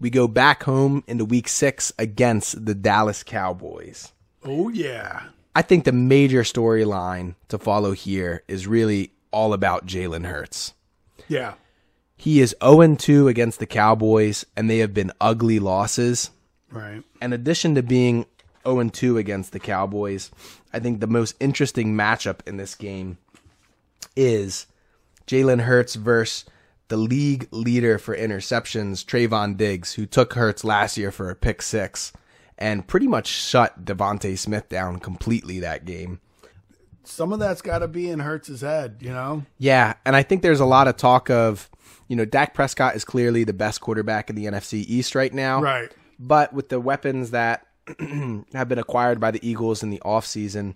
[SPEAKER 1] we go back home into week six against the Dallas Cowboys.
[SPEAKER 2] Oh yeah.
[SPEAKER 1] I think the major storyline to follow here is really all about Jalen Hurts.
[SPEAKER 2] Yeah.
[SPEAKER 1] He is 0 2 against the Cowboys, and they have been ugly losses.
[SPEAKER 2] Right.
[SPEAKER 1] In addition to being 0 2 against the Cowboys, I think the most interesting matchup in this game is Jalen Hurts versus the league leader for interceptions, Trayvon Diggs, who took Hurts last year for a pick six and pretty much shut Devontae Smith down completely that game.
[SPEAKER 2] Some of that's got to be in Hertz's head, you know.
[SPEAKER 1] Yeah, and I think there's a lot of talk of, you know, Dak Prescott is clearly the best quarterback in the NFC East right now.
[SPEAKER 2] Right.
[SPEAKER 1] But with the weapons that have been acquired by the Eagles in the offseason,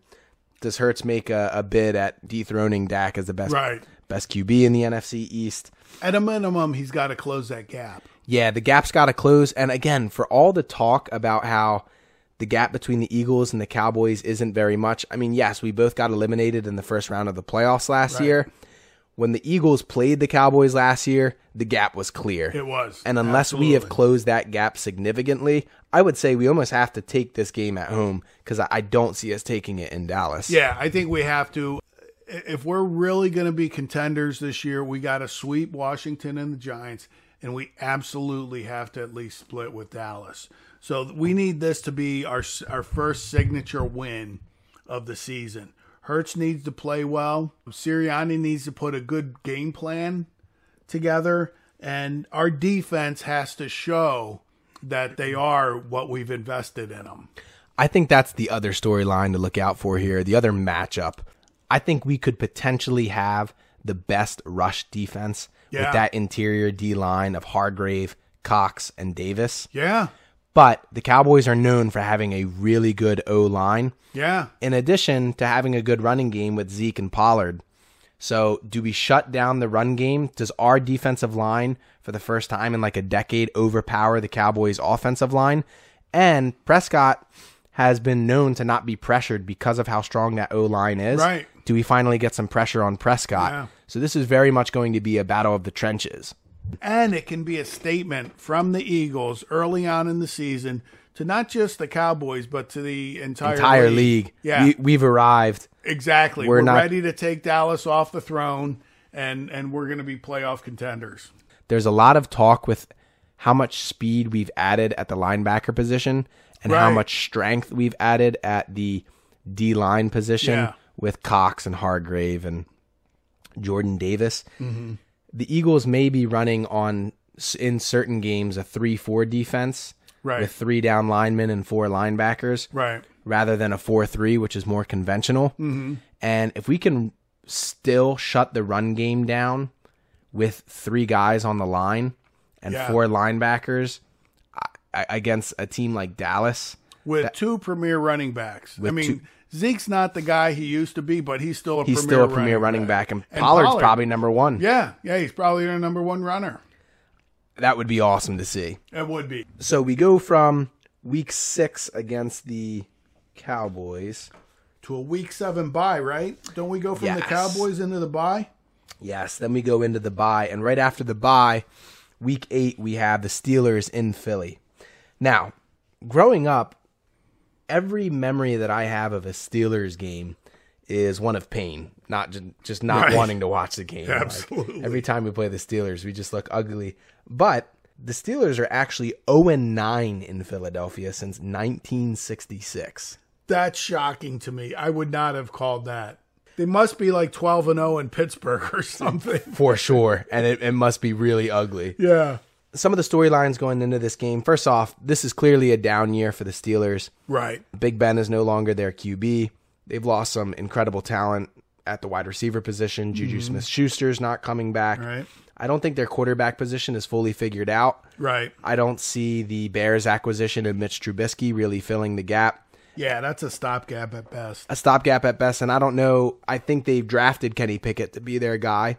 [SPEAKER 1] does Hertz make a, a bid at dethroning Dak as the best
[SPEAKER 2] Right.
[SPEAKER 1] best QB in the NFC East?
[SPEAKER 2] At a minimum, he's got to close that gap.
[SPEAKER 1] Yeah, the gap's got to close. And again, for all the talk about how the gap between the Eagles and the Cowboys isn't very much, I mean, yes, we both got eliminated in the first round of the playoffs last year. when the Eagles played the Cowboys last year, the gap was clear.
[SPEAKER 2] It was.
[SPEAKER 1] And unless we have closed that gap significantly, I would say we almost have to take this game at home because I, I don't see us taking it in Dallas.
[SPEAKER 2] Yeah, I think we have to. If we're really going to be contenders this year, we got to sweep Washington and the Giants, and we absolutely have to at least split with Dallas. So we need this to be our our first signature win of the season. Hertz needs to play well. Sirianni needs to put a good game plan together, and our defense has to show that they are what we've invested in them.
[SPEAKER 1] I think that's the other storyline to look out for here, the other matchup. I think we could potentially have the best rush defense
[SPEAKER 2] Yeah.
[SPEAKER 1] with that interior D line of Hargrave, Cox, and Davis.
[SPEAKER 2] Yeah,
[SPEAKER 1] But the Cowboys are known for having a really good O line,
[SPEAKER 2] yeah.
[SPEAKER 1] in addition to having a good running game with Zeke and Pollard. So, do we shut down the run game? Does our defensive line, for the first time in like a decade, overpower the Cowboys' offensive line? And Prescott has been known to not be pressured because of how strong that O line is.
[SPEAKER 2] Right.
[SPEAKER 1] Do we finally get some pressure on Prescott?
[SPEAKER 2] Yeah.
[SPEAKER 1] So, this is very much going to be a battle of the trenches.
[SPEAKER 2] And it can be a statement from the Eagles early on in the season to not just the Cowboys, but to the entire,
[SPEAKER 1] Entire league.
[SPEAKER 2] Yeah,
[SPEAKER 1] We, we've arrived.
[SPEAKER 2] exactly. We're,
[SPEAKER 1] We're not-
[SPEAKER 2] ready to take Dallas off the throne, and, and we're going to be playoff contenders.
[SPEAKER 1] there's a lot of talk with how much speed we've added at the linebacker position and how
[SPEAKER 2] Right.
[SPEAKER 1] much strength we've added at the D line position
[SPEAKER 2] Yeah.
[SPEAKER 1] with Cox and Hargrave and Jordan Davis.
[SPEAKER 2] Mm-hmm.
[SPEAKER 1] The Eagles may be running on s- in certain games a 3-4 defense
[SPEAKER 2] Right.
[SPEAKER 1] with three down linemen and four linebackers
[SPEAKER 2] Right.
[SPEAKER 1] rather than a 4 3, which is more conventional.
[SPEAKER 2] Mm-hmm.
[SPEAKER 1] And if we can still shut the run game down with three guys on the line and
[SPEAKER 2] Yeah.
[SPEAKER 1] four linebackers I- I- against a team like Dallas,
[SPEAKER 2] With two premier running backs. I mean, Zeke's not the guy he used to be, but he's still a
[SPEAKER 1] he's
[SPEAKER 2] premier
[SPEAKER 1] still a premier running, back, and,
[SPEAKER 2] And
[SPEAKER 1] Pollard's
[SPEAKER 2] Pollard.
[SPEAKER 1] probably number one.
[SPEAKER 2] Yeah, yeah, he's probably their number one runner.
[SPEAKER 1] That would be awesome to see.
[SPEAKER 2] It would be.
[SPEAKER 1] So we go from week six against the Cowboys.
[SPEAKER 2] To a week seven bye, right? Don't we go from the
[SPEAKER 1] Yes.
[SPEAKER 2] Cowboys into the bye?
[SPEAKER 1] Yes, then we go into the bye, and right after the bye, week eight, we have the Steelers in Philly. Now, growing up, every memory that I have of a Steelers game is one of pain, not just, just not
[SPEAKER 2] Right.
[SPEAKER 1] wanting to watch the game. Like,
[SPEAKER 2] Absolutely.
[SPEAKER 1] every time we play the Steelers, we just look ugly. But the Steelers are actually 0 9 in Philadelphia since 1966.
[SPEAKER 2] That's shocking to me. I would not have called that. They must be like 12 and 0 in Pittsburgh or something.
[SPEAKER 1] For sure. And it, it must be really ugly.
[SPEAKER 2] yeah.
[SPEAKER 1] some of the storylines going into this game. First off, this is clearly a down year for the Steelers.
[SPEAKER 2] Right.
[SPEAKER 1] Big Ben is no longer their QB. They've lost some incredible talent at the wide receiver position. Juju Smith Schuster's not coming back.
[SPEAKER 2] Mm-hmm. Right.
[SPEAKER 1] I don't think their quarterback position is fully figured out.
[SPEAKER 2] Right.
[SPEAKER 1] I don't see the Bears acquisition of Mitch Trubisky really filling the gap.
[SPEAKER 2] Yeah, that's a stopgap at best.
[SPEAKER 1] A stopgap at best, and I don't know. I think they've drafted Kenny Pickett to be their guy,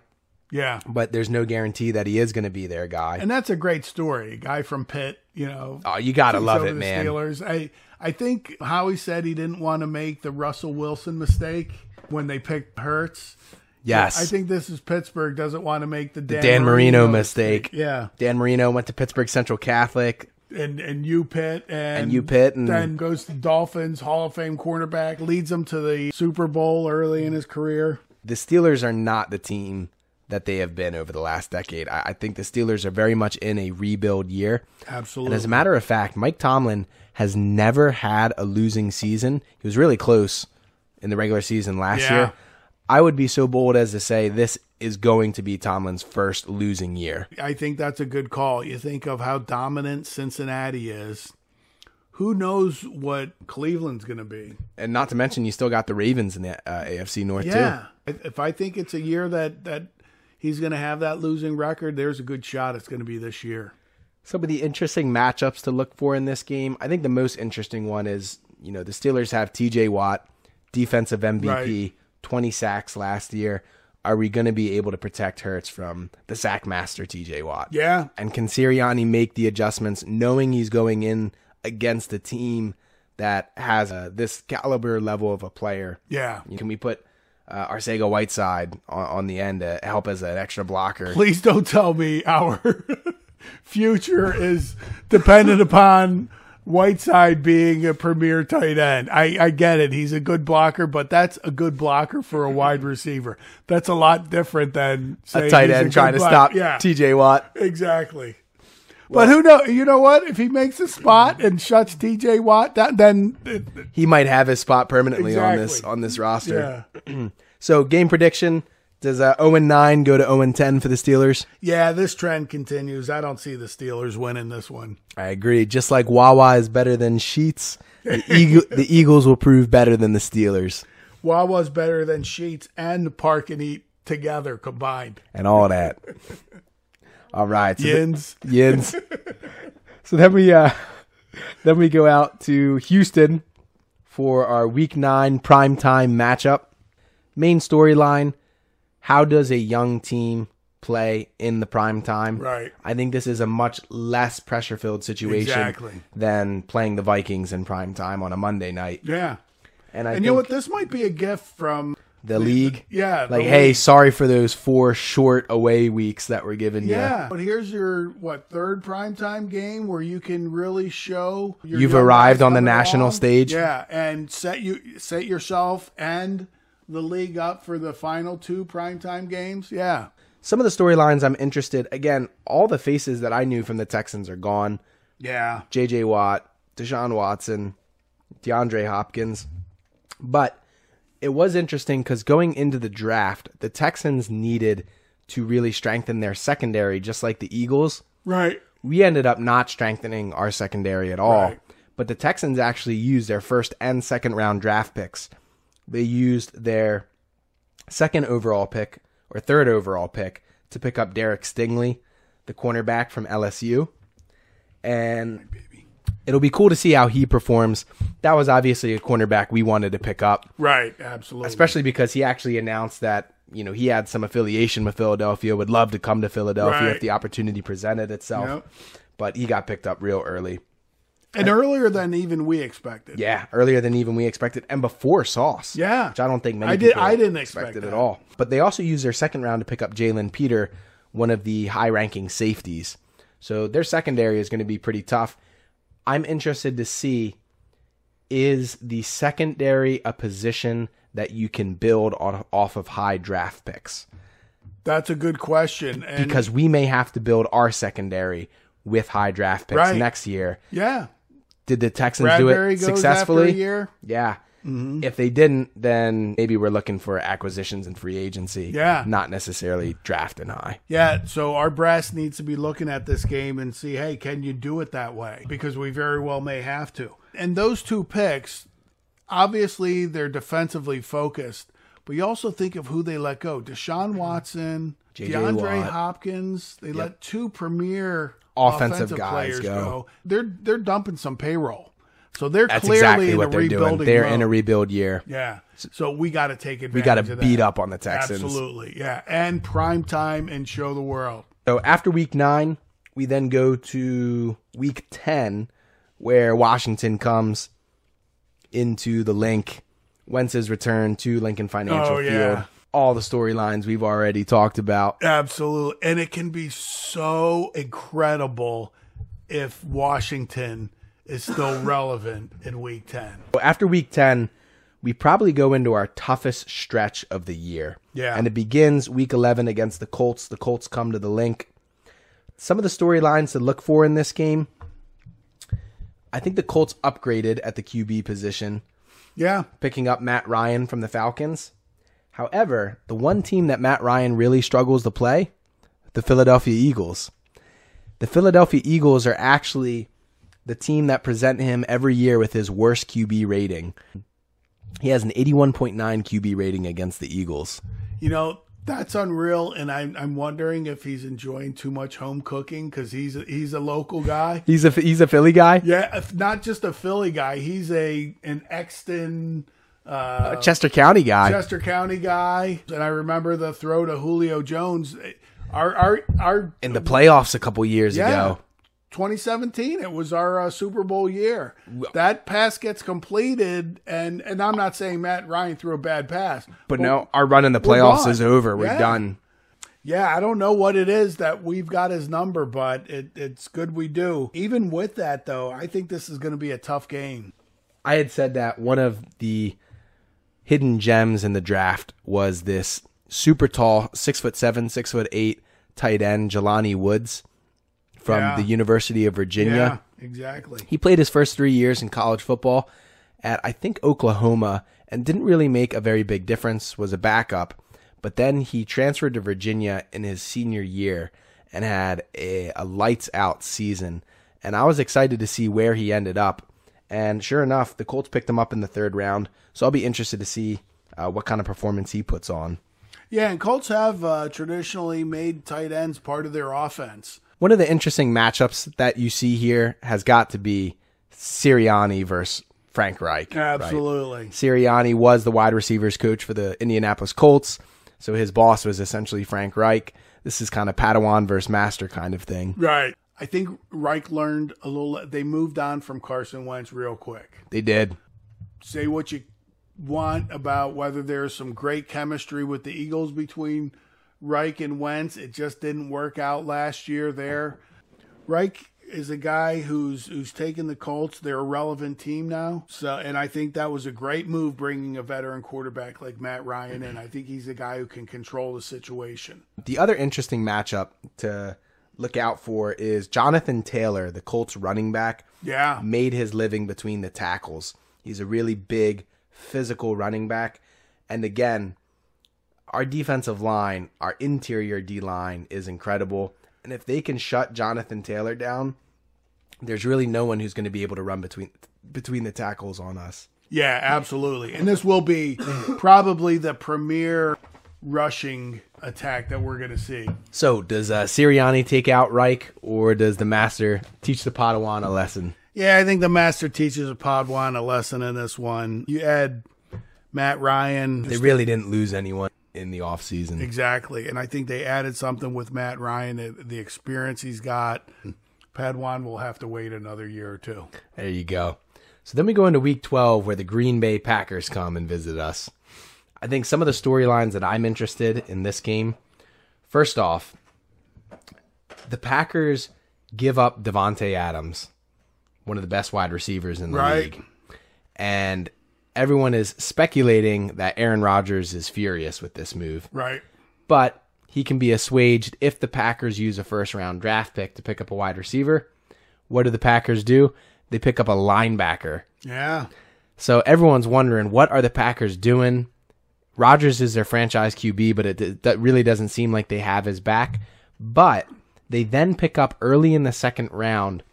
[SPEAKER 2] Yeah.
[SPEAKER 1] but there's no guarantee that he is going to be their guy.
[SPEAKER 2] And that's a great story. A guy from Pitt, you know.
[SPEAKER 1] Oh, you got to
[SPEAKER 2] takes
[SPEAKER 1] love
[SPEAKER 2] over
[SPEAKER 1] it,
[SPEAKER 2] the
[SPEAKER 1] man.
[SPEAKER 2] Steelers. I I think Howie said he didn't want to make the Russell Wilson mistake when they picked Hurts.
[SPEAKER 1] Yes.
[SPEAKER 2] I think this is Pittsburgh doesn't want to make the Dan,
[SPEAKER 1] Dan Marino mistake.
[SPEAKER 2] Yeah.
[SPEAKER 1] Dan Marino went to Pittsburgh Central Catholic.
[SPEAKER 2] and and you Pitt and,
[SPEAKER 1] And you Pitt and-
[SPEAKER 2] then goes to Dolphins Hall of Fame cornerback leads them to the Super Bowl early in his career.
[SPEAKER 1] The Steelers are not the team that they have been over the last decade. I, I think the Steelers are very much in a rebuild year. And as
[SPEAKER 2] Absolutely,
[SPEAKER 1] a matter of fact, Mike Tomlin has never had a losing season. He was really close in the regular season last
[SPEAKER 2] Yeah.
[SPEAKER 1] year. I would be so bold as to say this is going to be Tomlin's first losing year.
[SPEAKER 2] I think that's a good call. You think of how dominant Cincinnati is. Who knows what Cleveland's going to be?
[SPEAKER 1] And not to mention, you still got the Ravens in the uh, AFC North, too.
[SPEAKER 2] Yeah, if if I think it's a year that that he's going to have that losing record, there's a good shot it's going to be this year.
[SPEAKER 1] some of the interesting matchups to look for in this game. I think the most interesting one is, you know, the Steelers have TJ Watt, defensive MVP, 20 sacks last year. Are we going to be able to protect Hurts from the sack master TJ Watt?
[SPEAKER 2] Yeah,
[SPEAKER 1] And can Sirianni make the adjustments knowing he's going in against a team that has uh, this caliber level of a player?
[SPEAKER 2] yeah,
[SPEAKER 1] Can we put uh, Arcega Whiteside on, on the end to help as an extra blocker.
[SPEAKER 2] Please don't tell me our future is dependent upon Whiteside being a premier tight end. I, I get it. He's a good blocker, but that's a good blocker for a wide receiver. That's a lot different than
[SPEAKER 1] A
[SPEAKER 2] saying
[SPEAKER 1] tight
[SPEAKER 2] he's
[SPEAKER 1] end
[SPEAKER 2] good
[SPEAKER 1] trying to
[SPEAKER 2] block-
[SPEAKER 1] stop
[SPEAKER 2] Yeah,
[SPEAKER 1] TJ Watt.
[SPEAKER 2] exactly. but who know? You know what? If he makes a spot and shuts T.J. Watt, that then it,
[SPEAKER 1] He might have his spot permanently on this
[SPEAKER 2] Exactly.
[SPEAKER 1] on this roster.
[SPEAKER 2] yeah.
[SPEAKER 1] So game prediction does uh, 0 and 9 go to 0 and 10 for the Steelers?
[SPEAKER 2] Yeah, this trend continues. I don't see the Steelers winning this one.
[SPEAKER 1] I agree. Just like Wawa is better than Sheets, the, Eagle, the Eagles will prove better than the Steelers
[SPEAKER 2] Wawa's better than Sheets and Park and Eat together combined.
[SPEAKER 1] and all that. All right. So the-
[SPEAKER 2] Yins.
[SPEAKER 1] Yins. so then we uh, then we go out to Houston for our Week Nine primetime matchup. Main storyline: How does a young team play in the prime time?
[SPEAKER 2] Right.
[SPEAKER 1] I think this is a much less pressure-filled situation
[SPEAKER 2] Exactly.
[SPEAKER 1] than playing the Vikings in prime time on a Monday night.
[SPEAKER 2] Yeah.
[SPEAKER 1] And I
[SPEAKER 2] And
[SPEAKER 1] think
[SPEAKER 2] you know what? This might be a gift from.
[SPEAKER 1] the league,
[SPEAKER 2] Yeah. the
[SPEAKER 1] like, hey,
[SPEAKER 2] league.
[SPEAKER 1] sorry for those four short away weeks that were given
[SPEAKER 2] Yeah.
[SPEAKER 1] you.
[SPEAKER 2] But here's your, what, third primetime game where you can really show. your
[SPEAKER 1] You've
[SPEAKER 2] young guys
[SPEAKER 1] arrived on the
[SPEAKER 2] coming
[SPEAKER 1] national
[SPEAKER 2] along.
[SPEAKER 1] stage.
[SPEAKER 2] Yeah. And set you set yourself and the league up for the final two primetime games. Yeah.
[SPEAKER 1] Some of the storylines I'm interested. Again, all the faces that I knew from the Texans are gone.
[SPEAKER 2] Yeah.
[SPEAKER 1] J.J. Watt, Deshaun Watson, DeAndre Hopkins, but it was interesting because going into the draft, the Texans needed to really strengthen their secondary, just like the Eagles.
[SPEAKER 2] Right.
[SPEAKER 1] we ended up not strengthening our secondary at all.
[SPEAKER 2] Right.
[SPEAKER 1] But the Texans actually used their first and second round draft picks. They used their second overall pick or third overall pick to pick up Derek Stingley, the cornerback from LSU. And it'll be cool to see how he performs. That was obviously a cornerback we wanted to pick up
[SPEAKER 2] Right. Absolutely.
[SPEAKER 1] especially because he actually announced that you know he had some affiliation with Philadelphia, would love to come to Philadelphia if
[SPEAKER 2] Right.
[SPEAKER 1] the opportunity presented itself.
[SPEAKER 2] Yep.
[SPEAKER 1] But he got picked up real early.
[SPEAKER 2] and earlier than even we expected.
[SPEAKER 1] Yeah, earlier than even we expected, and before Sauce.
[SPEAKER 2] Yeah.
[SPEAKER 1] which I don't think many
[SPEAKER 2] I did-
[SPEAKER 1] people
[SPEAKER 2] I didn't expect
[SPEAKER 1] expected
[SPEAKER 2] that.
[SPEAKER 1] at all. But they also used their second round to pick up Jalen Peter, one of the high-ranking safeties. So their secondary is going to be pretty tough. I'm interested to see is the secondary a position that you can build on off of high draft picks
[SPEAKER 2] That's a good question. And
[SPEAKER 1] because we may have to build our secondary with high draft picks
[SPEAKER 2] Right.
[SPEAKER 1] next year.
[SPEAKER 2] yeah,
[SPEAKER 1] Did the Texans
[SPEAKER 2] Bradbury
[SPEAKER 1] do it
[SPEAKER 2] goes
[SPEAKER 1] successfully?
[SPEAKER 2] after a year.
[SPEAKER 1] Yeah.
[SPEAKER 2] Mm-hmm.
[SPEAKER 1] If they didn't, then maybe we're looking for acquisitions and free agency.
[SPEAKER 2] Yeah.
[SPEAKER 1] Not necessarily draft and high.
[SPEAKER 2] Yeah, so our brass needs to be looking at this game and see, hey, can you do it that way? Because we very well may have to. And those two picks, obviously, they're defensively focused, but you also think of who they let go: Deshaun Watson,
[SPEAKER 1] J.J.
[SPEAKER 2] DeAndre
[SPEAKER 1] Watt.
[SPEAKER 2] Hopkins. They let two premier
[SPEAKER 1] Offensive
[SPEAKER 2] offensive,
[SPEAKER 1] guys
[SPEAKER 2] players
[SPEAKER 1] go.
[SPEAKER 2] go. They're they're dumping some payroll, so they're
[SPEAKER 1] That's
[SPEAKER 2] clearly
[SPEAKER 1] exactly
[SPEAKER 2] in
[SPEAKER 1] what
[SPEAKER 2] a
[SPEAKER 1] they're doing.
[SPEAKER 2] rebuilding.
[SPEAKER 1] They're in a
[SPEAKER 2] mode.
[SPEAKER 1] rebuild year.
[SPEAKER 2] yeah. So we got to take advantage.
[SPEAKER 1] We got to
[SPEAKER 2] of that.
[SPEAKER 1] beat up on the Texans.
[SPEAKER 2] Absolutely, yeah, and prime time and show the world.
[SPEAKER 1] So after week nine, we then go to week 10, where Washington comes into the link. Wentz's return to Lincoln Financial
[SPEAKER 2] Oh,
[SPEAKER 1] Field.
[SPEAKER 2] yeah.
[SPEAKER 1] All the storylines we've already talked about.
[SPEAKER 2] Absolutely. And it can be so incredible if Washington is still relevant in week 10.
[SPEAKER 1] After week 10, we probably go into our toughest stretch of the year.
[SPEAKER 2] Yeah.
[SPEAKER 1] And it begins week 11 against the Colts. The Colts come to the link. Some of the storylines to look for in this game I think the Colts upgraded at the QB position,
[SPEAKER 2] Yeah.
[SPEAKER 1] picking up Matt Ryan from the Falcons. However, the one team that Matt Ryan really struggles to play, the Philadelphia Eagles. The Philadelphia Eagles are actually the team that present him every year with his worst QB rating. He has an 81.9 QB rating against the Eagles.
[SPEAKER 2] You know, that's unreal. And I'm, I'm wondering if he's enjoying too much home cooking because he's, a- he's a local guy.
[SPEAKER 1] He's a he's a Philly guy.
[SPEAKER 2] Yeah. If not just a Philly guy, he's a an Exton. Uh,
[SPEAKER 1] A Chester County guy.
[SPEAKER 2] Chester County guy, and I remember the throw to Julio Jones. Our our our
[SPEAKER 1] in the playoffs a couple years
[SPEAKER 2] Yeah.
[SPEAKER 1] ago.
[SPEAKER 2] 2017. It was our uh, Super Bowl year. That pass gets completed, and and I'm not saying Matt Ryan threw a bad pass,
[SPEAKER 1] But no, our run in the playoffs
[SPEAKER 2] gone.
[SPEAKER 1] is over. We're
[SPEAKER 2] Yeah.
[SPEAKER 1] done.
[SPEAKER 2] Yeah, I don't know what it is that we've got his number, but it, it's good we do. Even with that, though, I think this is going to be a tough game.
[SPEAKER 1] I had said that one of the hidden gems in the draft was this super tall, six foot seven, six foot eight tight end, Jelani Woods from
[SPEAKER 2] Yeah.
[SPEAKER 1] the University of Virginia.
[SPEAKER 2] exactly.
[SPEAKER 1] He played his first three years in college football at, I think, Oklahoma and didn't really make a very big difference, was a backup. But then he transferred to Virginia in his senior year and had a, a lights out season. And I was excited to see where he ended up. And sure enough, the Colts picked him up in the third round. So I'll be interested to see uh, what kind of performance he puts on.
[SPEAKER 2] Yeah, and Colts have uh, traditionally made tight ends part of their offense.
[SPEAKER 1] One of the interesting matchups that you see here has got to be Sirianni versus Frank Reich. right?
[SPEAKER 2] Absolutely.
[SPEAKER 1] Sirianni was the wide receivers coach for the Indianapolis Colts, so his boss was essentially Frank Reich. This is kind of Padawan versus Master kind of thing.
[SPEAKER 2] Right. I think Reich learned a little. They moved on from Carson Wentz real quick.
[SPEAKER 1] They did.
[SPEAKER 2] Say what you want about whether there's some great chemistry with the Eagles between Reich and Wentz. It just didn't work out last year there. Reich is a guy who's who's taken the Colts. They're a relevant team now. So, and I think that was a great move bringing a veteran quarterback like Matt Ryan in. I think he's a guy who can control the situation.
[SPEAKER 1] The other interesting matchup to look out for is Jonathan Taylor, the Colts running back,
[SPEAKER 2] Yeah,
[SPEAKER 1] made his living between the tackles. He's a really big, physical running back. And again, our defensive line, our interior D line is incredible. And if they can shut Jonathan Taylor down, there's really no one who's going to be able to run between between the tackles on us.
[SPEAKER 2] yeah, absolutely. And this will be probably the premier rushing attack that we're going to see.
[SPEAKER 1] So, does uh, Sirianni take out Reich, or does the master teach the Padawan a lesson?
[SPEAKER 2] Yeah, I think the master teaches a Podwan a lesson in this one. You add Matt Ryan.
[SPEAKER 1] They really didn't lose anyone in the offseason.
[SPEAKER 2] Exactly. And I think they added something with Matt Ryan, the, the experience he's got. Padwan will have to wait another year or two.
[SPEAKER 1] There you go. So then we go into week 12 where the Green Bay Packers come and visit us. I think some of the storylines that I'm interested in this game. First off, the Packers give up Devonte Adams, one of the best wide receivers in the
[SPEAKER 2] Right.
[SPEAKER 1] league. And everyone is speculating that Aaron Rodgers is furious with this move
[SPEAKER 2] Right.
[SPEAKER 1] but he can be assuaged if the Packers use a first round draft pick to pick up a wide receiver. What do the Packers do? They pick up a linebacker.
[SPEAKER 2] Yeah.
[SPEAKER 1] So everyone's wondering what are the Packers doing? Rodgers is their franchise QB, but it that really doesn't seem like they have his back. But they then pick up early in the second round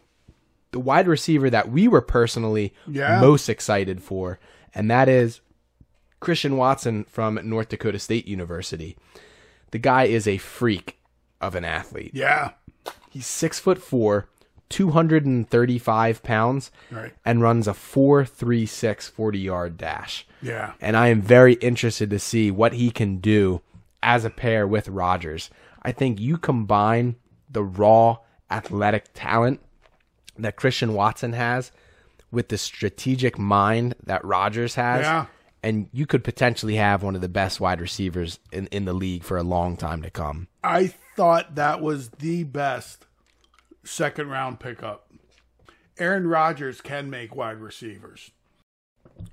[SPEAKER 1] the wide receiver that we were personally
[SPEAKER 2] Yeah.
[SPEAKER 1] most excited for, and that is Christian Watson from North Dakota State University. The guy is a freak of an athlete.
[SPEAKER 2] Yeah.
[SPEAKER 1] He's six foot four, two hundred and thirty five pounds,
[SPEAKER 2] Right.
[SPEAKER 1] and runs a 436 40 yard dash.
[SPEAKER 2] Yeah.
[SPEAKER 1] And I am very interested to see what he can do as a pair with Rodgers. I think you combine the raw athletic talent that Christian Watson has with the strategic mind that Rodgers has.
[SPEAKER 2] Yeah.
[SPEAKER 1] And you could potentially have one of the best wide receivers in, in the league for a long time to come.
[SPEAKER 2] I thought that was the best second round pickup. Aaron Rodgers can make wide receivers.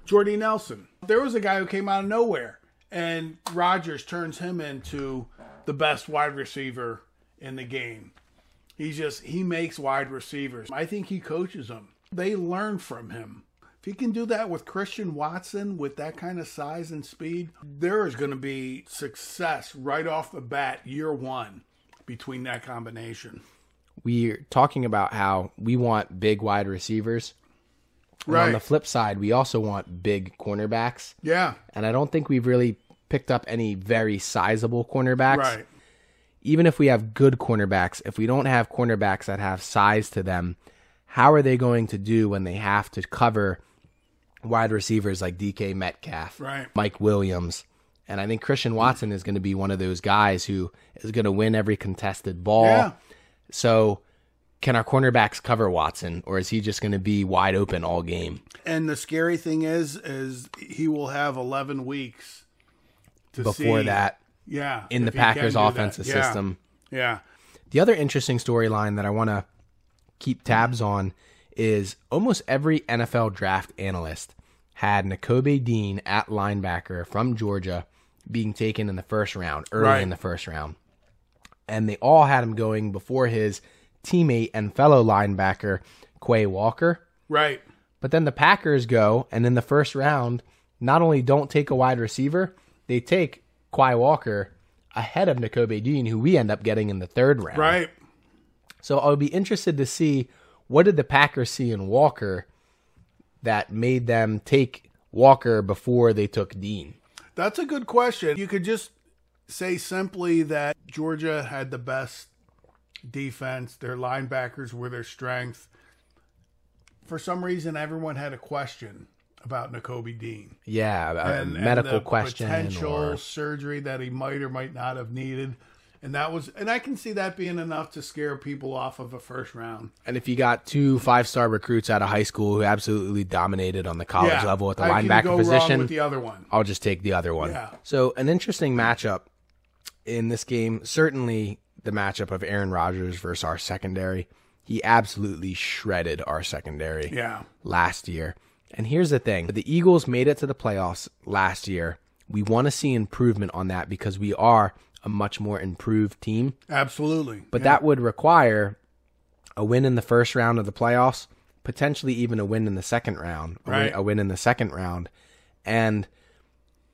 [SPEAKER 2] Jordy Nelson. There was a guy who came out of nowhere, and Rodgers turns him into the best wide receiver in the game. He just he makes wide receivers. I think he coaches them. They learn from him. If he can do that with Christian Watson with that kind of size and speed, there is going to be success right off the bat year 1 between that combination.
[SPEAKER 1] We're talking about how we want big wide receivers. And on
[SPEAKER 2] Right.
[SPEAKER 1] the flip side, we also want big cornerbacks.
[SPEAKER 2] yeah.
[SPEAKER 1] And I don't think we've really picked up any very sizable cornerbacks.
[SPEAKER 2] Right.
[SPEAKER 1] Even if we have good cornerbacks, if we don't have cornerbacks that have size to them, how are they going to do when they have to cover wide receivers like DK Metcalf,
[SPEAKER 2] Right.
[SPEAKER 1] Mike Williams? And I think Christian Watson is going to be one of those guys who is going to win every contested ball.
[SPEAKER 2] Yeah.
[SPEAKER 1] So can our cornerbacks cover Watson, or is he just going to be wide open all game?
[SPEAKER 2] And the scary thing is, is he will have 11 weeks to
[SPEAKER 1] Before
[SPEAKER 2] see-
[SPEAKER 1] that,
[SPEAKER 2] Yeah,
[SPEAKER 1] in the
[SPEAKER 2] if he can
[SPEAKER 1] Packers'
[SPEAKER 2] do that.
[SPEAKER 1] offensive
[SPEAKER 2] Yeah,
[SPEAKER 1] system.
[SPEAKER 2] Yeah,
[SPEAKER 1] The other interesting storyline that I want to keep tabs on is almost every NFL draft analyst had N'Kobe Dean at linebacker from Georgia being taken in the first round, early
[SPEAKER 2] Right.
[SPEAKER 1] in the first round. And they all had him going before his teammate and fellow linebacker, Quay Walker.
[SPEAKER 2] right.
[SPEAKER 1] But then the Packers go, and in the first round, not only don't take a wide receiver, they take Quay Walker ahead of N'Kobe Dean, who we end up getting in the third round.
[SPEAKER 2] Right.
[SPEAKER 1] So I'll be interested to see what did the Packers see in Walker that made them take Walker before they took Dean.
[SPEAKER 2] That's a good question. You could just say simply that Georgia had the best defense. Their linebackers were their strength. For some reason, everyone had a question about N'Kobe Dean
[SPEAKER 1] Yeah, a
[SPEAKER 2] and- and
[SPEAKER 1] medical
[SPEAKER 2] the
[SPEAKER 1] question
[SPEAKER 2] potential
[SPEAKER 1] or
[SPEAKER 2] surgery that he might or might not have needed. And that was, and I can see that being enough to scare people off of a first round.
[SPEAKER 1] And if you got two five star recruits out of high school who absolutely dominated on the college
[SPEAKER 2] Yeah,
[SPEAKER 1] level at the
[SPEAKER 2] I can
[SPEAKER 1] linebacker
[SPEAKER 2] go
[SPEAKER 1] position,
[SPEAKER 2] wrong with the other one.
[SPEAKER 1] I'll just take the other one.
[SPEAKER 2] Yeah.
[SPEAKER 1] So an interesting matchup in this game. Certainly the matchup of Aaron Rodgers versus our secondary. He absolutely shredded our secondary
[SPEAKER 2] Yeah,
[SPEAKER 1] last year. And here's the thing the Eagles made it to the playoffs last year. We want to see improvement on that because we are a much more improved team.
[SPEAKER 2] absolutely.
[SPEAKER 1] But that would require a win in the first round of the playoffs, potentially even a win in the second round, a, win,
[SPEAKER 2] Right.
[SPEAKER 1] a win in the second round. And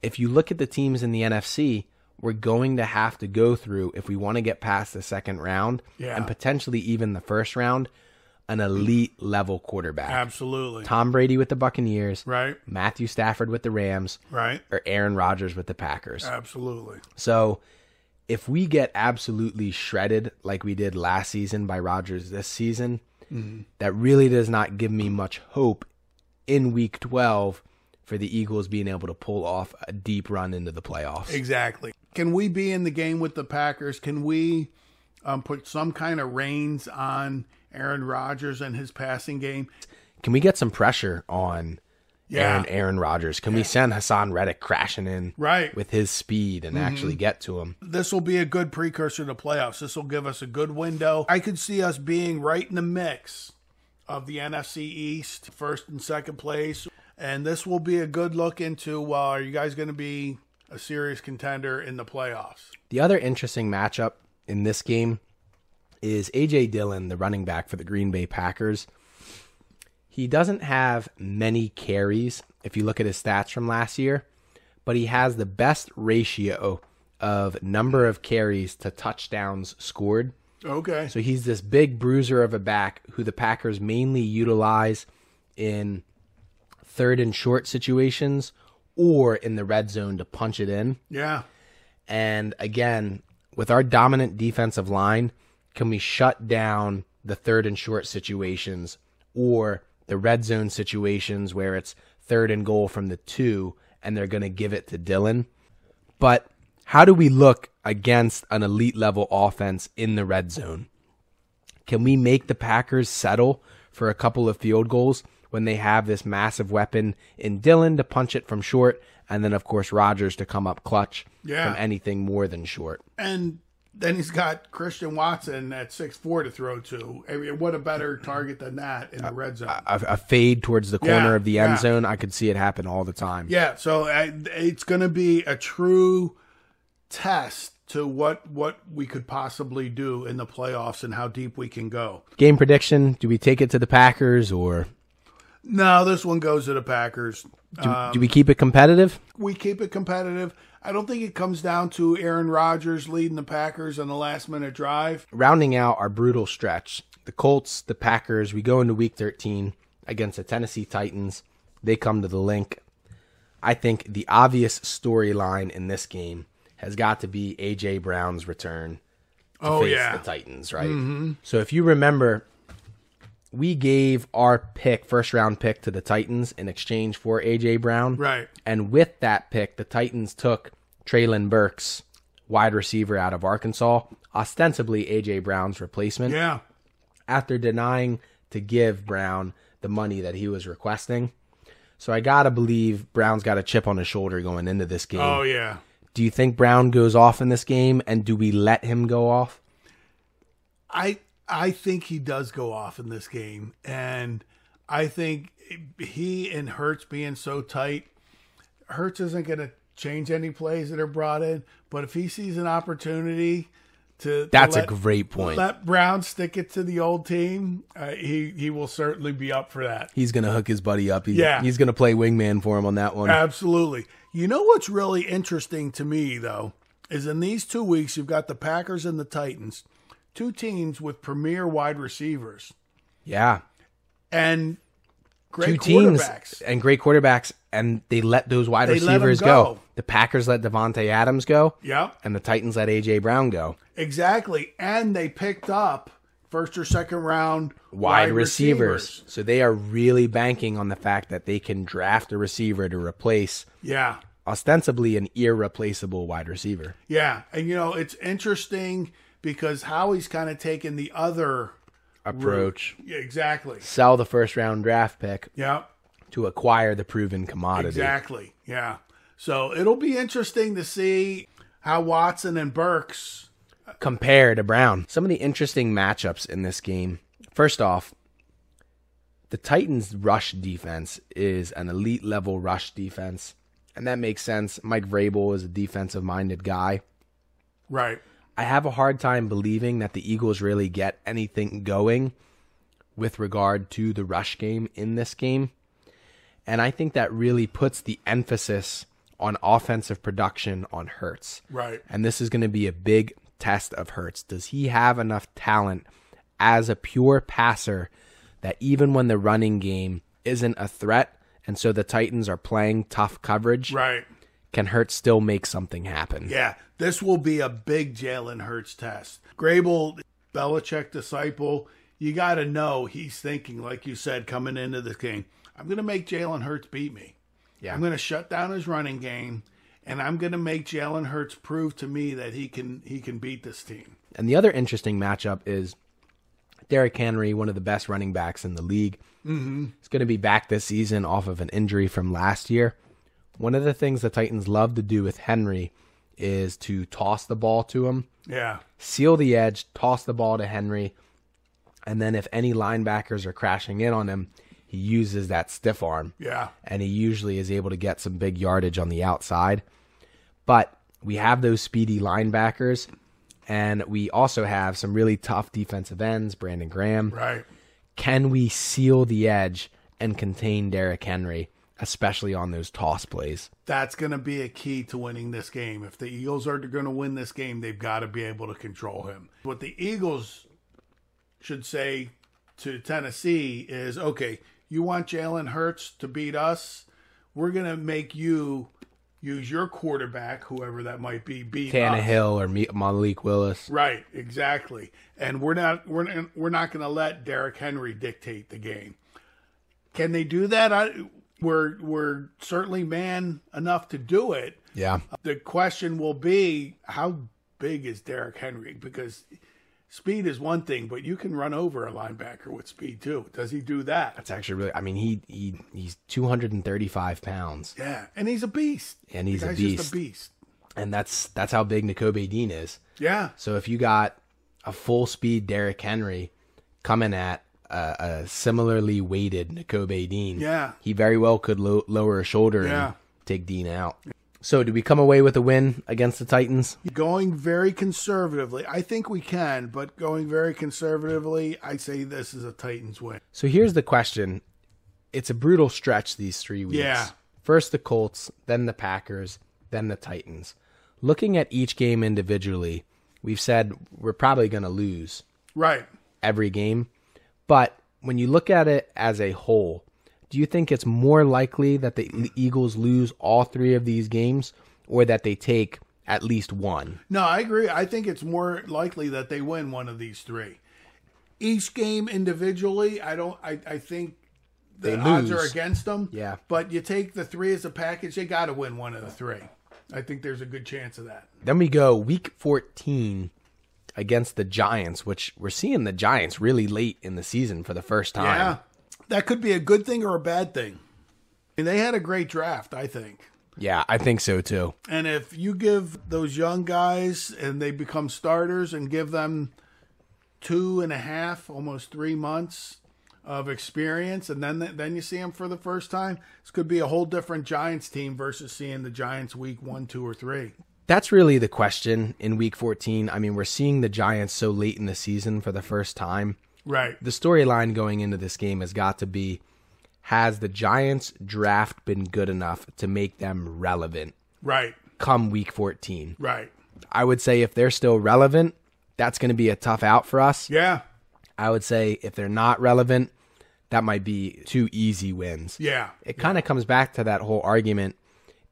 [SPEAKER 1] if you look at the teams in the NFC, we're going to have to go through, if we want to get past the second round
[SPEAKER 2] Yeah.
[SPEAKER 1] and potentially even the first round, an elite level quarterback.
[SPEAKER 2] absolutely.
[SPEAKER 1] Tom Brady with the Buccaneers,
[SPEAKER 2] Right,
[SPEAKER 1] Matthew Stafford with the Rams,
[SPEAKER 2] right.
[SPEAKER 1] or Aaron Rodgers with the Packers.
[SPEAKER 2] Uh, Absolutely.
[SPEAKER 1] So if we get absolutely shredded like we did last season by Rodgers this season,
[SPEAKER 2] Mm-hmm.
[SPEAKER 1] that really does not give me much hope in week 12 for the Eagles being able to pull off a deep run into the playoffs.
[SPEAKER 2] Exactly. Can we be in the game with the Packers? Can we um, put some kind of reins on Aaron Rodgers and his passing game?
[SPEAKER 1] Can we get some pressure on
[SPEAKER 2] Yeah.
[SPEAKER 1] Aaron, Aaron Rodgers? Can we send Hassan Reddick crashing in
[SPEAKER 2] Right. Mm-hmm.
[SPEAKER 1] with his speed and actually get to him?
[SPEAKER 2] This will be a good precursor to playoffs. This will give us a good window. I could see us being right in the mix of the NFC East, first and second place. And this will be a good look into well, are you guys going to be a serious contender in the playoffs?
[SPEAKER 1] The other interesting matchup in this game is AJ Dillon, the running back for the Green Bay Packers. He doesn't have many carries if you look at his stats from last year, but he has the best ratio of number of carries to touchdowns scored.
[SPEAKER 2] Okay.
[SPEAKER 1] So he's this big bruiser of a back who the Packers mainly utilize in third and short situations or in the red zone to punch it in.
[SPEAKER 2] Yeah.
[SPEAKER 1] And again, with our dominant defensive line, can we shut down the third and short situations or the red zone situations where it's third and goal from the two and they're going to give it to Dylan? But how do we look against an elite level offense in the red zone? Can we make the Packers settle for a couple of field goals when they have this massive weapon in Dylan to punch it from short, and then of course Rodgers to come up clutch
[SPEAKER 2] Yeah.
[SPEAKER 1] from anything more than short?
[SPEAKER 2] And then he's got Christian Watson at six four to throw to. I mean, what a better target than that in the red zone.
[SPEAKER 1] A, a fade towards the corner
[SPEAKER 2] Yeah,
[SPEAKER 1] of the end
[SPEAKER 2] yeah.
[SPEAKER 1] zone, I could see it happen all the time.
[SPEAKER 2] Yeah, so I, it's going to be a true test to what what we could possibly do in the playoffs and how deep we can go.
[SPEAKER 1] Game prediction: Do we take it to the Packers or
[SPEAKER 2] No, this one goes to the Packers.
[SPEAKER 1] do,
[SPEAKER 2] Um,
[SPEAKER 1] do we keep it competitive?
[SPEAKER 2] we keep it competitive. I don't think it comes down to Aaron Rodgers leading the Packers on the last minute drive.
[SPEAKER 1] rounding out our brutal stretch, the Colts, the Packers, we go into week 13 against the Tennessee Titans. They come to the link. I think the obvious storyline in this game has got to be A.J. Brown's return to
[SPEAKER 2] Oh
[SPEAKER 1] face
[SPEAKER 2] yeah. Mm-hmm.
[SPEAKER 1] the Titans, right? So if you remember, we gave our pick, first round pick, to the Titans in exchange for A.J. Brown.
[SPEAKER 2] Right.
[SPEAKER 1] And with that pick, the Titans took Traylon Burks, wide receiver out of Arkansas, ostensibly A.J. Brown's replacement.
[SPEAKER 2] Yeah.
[SPEAKER 1] after denying to give Brown the money that he was requesting. So I gotta believe Brown's got a chip on his shoulder going into this game.
[SPEAKER 2] Oh yeah.
[SPEAKER 1] Do you think Brown goes off in this game, and do we let him go off?
[SPEAKER 2] I I think he does go off in this game, and I think he and Hertz being so tight, Hertz isn't going to change any plays that are brought in. But if he sees an opportunity to, to
[SPEAKER 1] That's
[SPEAKER 2] let-
[SPEAKER 1] a great point.
[SPEAKER 2] Let Brown stick it to the old team. Uh, he he will certainly be up for that.
[SPEAKER 1] he's gonna hook his buddy up. He's,
[SPEAKER 2] Yeah.
[SPEAKER 1] he's gonna play wingman for him on that one.
[SPEAKER 2] Absolutely. You know what's really interesting to me, though, is in these two weeks, you've got the Packers and the Titans, two teams with premier wide receivers
[SPEAKER 1] yeah, two
[SPEAKER 2] and great
[SPEAKER 1] teams
[SPEAKER 2] quarterbacks.
[SPEAKER 1] and great quarterbacks, and they let those wide
[SPEAKER 2] They let 'em
[SPEAKER 1] receivers
[SPEAKER 2] go.
[SPEAKER 1] go. The Packers let Devontae Adams go,
[SPEAKER 2] Yep,
[SPEAKER 1] and the Titans let AJ Brown go.
[SPEAKER 2] exactly. And they picked up first or second round
[SPEAKER 1] Wide receivers. so they are really banking on the fact that they can draft a receiver to replace
[SPEAKER 2] Yeah.
[SPEAKER 1] ostensibly an irreplaceable wide receiver.
[SPEAKER 2] Yeah. And, you know, it's interesting because Howie's kind of taken the other.
[SPEAKER 1] Approach.
[SPEAKER 2] Yeah, exactly.
[SPEAKER 1] Sell the first round draft pick
[SPEAKER 2] Yep.
[SPEAKER 1] to acquire the proven commodity.
[SPEAKER 2] Exactly. Yeah. So it'll be interesting to see how Watson and Burks.
[SPEAKER 1] compare to Brown. Some of the interesting matchups in this game. First off, the Titans' rush defense is an elite level rush defense, and that makes sense. Mike Vrabel is a defensive minded guy.
[SPEAKER 2] Right.
[SPEAKER 1] I have a hard time believing that the Eagles really get anything going with regard to the rush game in this game. And I think that really puts the emphasis on offensive production on Hertz
[SPEAKER 2] Right.
[SPEAKER 1] and this is going to be a big test of Hertz. Does he have enough talent as a pure passer that even when the running game isn't a threat, and so the Titans are playing tough coverage,
[SPEAKER 2] Right.
[SPEAKER 1] can Hertz still make something happen?
[SPEAKER 2] Yeah. This will be a big Jalen Hurts test. Grable, Belichick disciple. You got to know he's thinking, like you said, coming into this game. I'm going to make Jalen Hurts beat me.
[SPEAKER 1] Yeah.
[SPEAKER 2] I'm going to shut down his running game, and I'm going to make Jalen Hurts prove to me that he can he can beat this team.
[SPEAKER 1] And the other interesting matchup is Derrick Henry, one of the best running backs in the league. Mm-hmm. He's going to be back this season off of an injury from last year. One of the things the Titans love to do with Henry is to toss the ball to him
[SPEAKER 2] Yeah.
[SPEAKER 1] seal the edge, toss the ball to Henry, and then if any linebackers are crashing in on him, he uses that stiff arm
[SPEAKER 2] Yeah.
[SPEAKER 1] and he usually is able to get some big yardage on the outside. But we have those speedy linebackers and we also have some really tough defensive ends, Brandon Graham.
[SPEAKER 2] Right.
[SPEAKER 1] Can we seal the edge and contain Derrick Henry, especially on those toss plays?
[SPEAKER 2] that's going to be a key to winning this game. If the Eagles are going to win this game, they've got to be able to control him. What the Eagles should say to Tennessee is okay, you want Jalen Hurts to beat us? We're going to make you use your quarterback, whoever that might be, beat us.
[SPEAKER 1] Tannehill or Me- Malik Willis.
[SPEAKER 2] Right, exactly. And we're not we're not- we're not going to let Derrick Henry dictate the game. Can they do that? I, we're we're certainly man enough to do it.
[SPEAKER 1] Yeah.
[SPEAKER 2] The question will be how big is Derrick Henry? Because speed is one thing, but you can run over a linebacker with speed too. Does he do that?
[SPEAKER 1] It's actually really. I mean, he he he's 235 pounds,
[SPEAKER 2] Yeah, and he's a beast.
[SPEAKER 1] and he's a
[SPEAKER 2] Guy's
[SPEAKER 1] beast,
[SPEAKER 2] just a beast.
[SPEAKER 1] and that's that's how big Nicobe Dean is.
[SPEAKER 2] Yeah,
[SPEAKER 1] So if you got a full speed Derrick Henry coming at a, a similarly weighted Nicobe Dean,
[SPEAKER 2] yeah.
[SPEAKER 1] he very well could lo- lower a shoulder
[SPEAKER 2] Yeah.
[SPEAKER 1] and take Dean out. So do we come away with a win against the Titans?
[SPEAKER 2] Going very conservatively, I think we can, but going very conservatively, I say this is a Titans win.
[SPEAKER 1] So here's the question: It's a brutal stretch these three weeks.
[SPEAKER 2] Yeah.
[SPEAKER 1] First the Colts, then the Packers, then the Titans. Looking at each game individually, we've said we're probably going to lose
[SPEAKER 2] Right.
[SPEAKER 1] every game. But when you look at it as a whole, do you think it's more likely that the Eagles lose all three of these games or that they take at least one?
[SPEAKER 2] No, I agree. I think it's more likely that they win one of these three. Each game individually, I don't. I, I think the
[SPEAKER 1] They
[SPEAKER 2] odds are
[SPEAKER 1] lose.
[SPEAKER 2] against them.
[SPEAKER 1] Yeah.
[SPEAKER 2] But you take the three as a package, they got to win one of the three. I think there's a good chance of that.
[SPEAKER 1] Then we go week 14 against the Giants, which we're seeing the Giants really late in the season for the first time.
[SPEAKER 2] Yeah. That could be a good thing or a bad thing. I mean, they had a great draft, I think.
[SPEAKER 1] Yeah, I think so too.
[SPEAKER 2] And if you give those young guys and they become starters and give them two and a half, almost three months of experience, and then then you see them for the first time, this could be a whole different Giants team versus seeing the Giants week one, two, or three.
[SPEAKER 1] That's really the question in week 14. I mean, we're seeing the Giants so late in the season for the first time.
[SPEAKER 2] Right.
[SPEAKER 1] The storyline going into this game has got to be has the Giants draft been good enough to make them relevant
[SPEAKER 2] Right.
[SPEAKER 1] come week 14?
[SPEAKER 2] Right.
[SPEAKER 1] I would say if they're still relevant, that's going to be a tough out for us.
[SPEAKER 2] Yeah.
[SPEAKER 1] I would say if they're not relevant, that might be two easy wins.
[SPEAKER 2] Yeah.
[SPEAKER 1] It kind of comes back to that whole argument.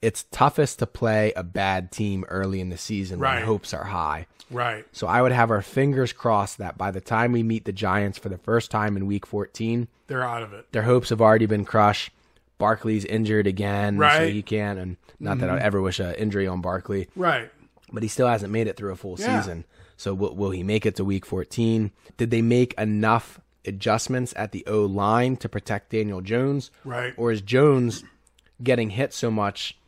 [SPEAKER 1] It's toughest to play a bad team early in the season
[SPEAKER 2] Right.
[SPEAKER 1] when hopes are high.
[SPEAKER 2] Right.
[SPEAKER 1] So I would have our fingers crossed that by the time we meet the Giants for the first time in week 14,
[SPEAKER 2] They're out of it.
[SPEAKER 1] their hopes have already been crushed. Barkley's injured again, so
[SPEAKER 2] Right. Mm-hmm.
[SPEAKER 1] he can't. And not that I ever wish an injury on Barkley,
[SPEAKER 2] Right.
[SPEAKER 1] but he still hasn't made it through a full
[SPEAKER 2] Yeah.
[SPEAKER 1] season. So will, will he make it to week 14? Did they make enough adjustments at the O line to protect Daniel Jones?
[SPEAKER 2] Right.
[SPEAKER 1] Or is Jones getting hit so much,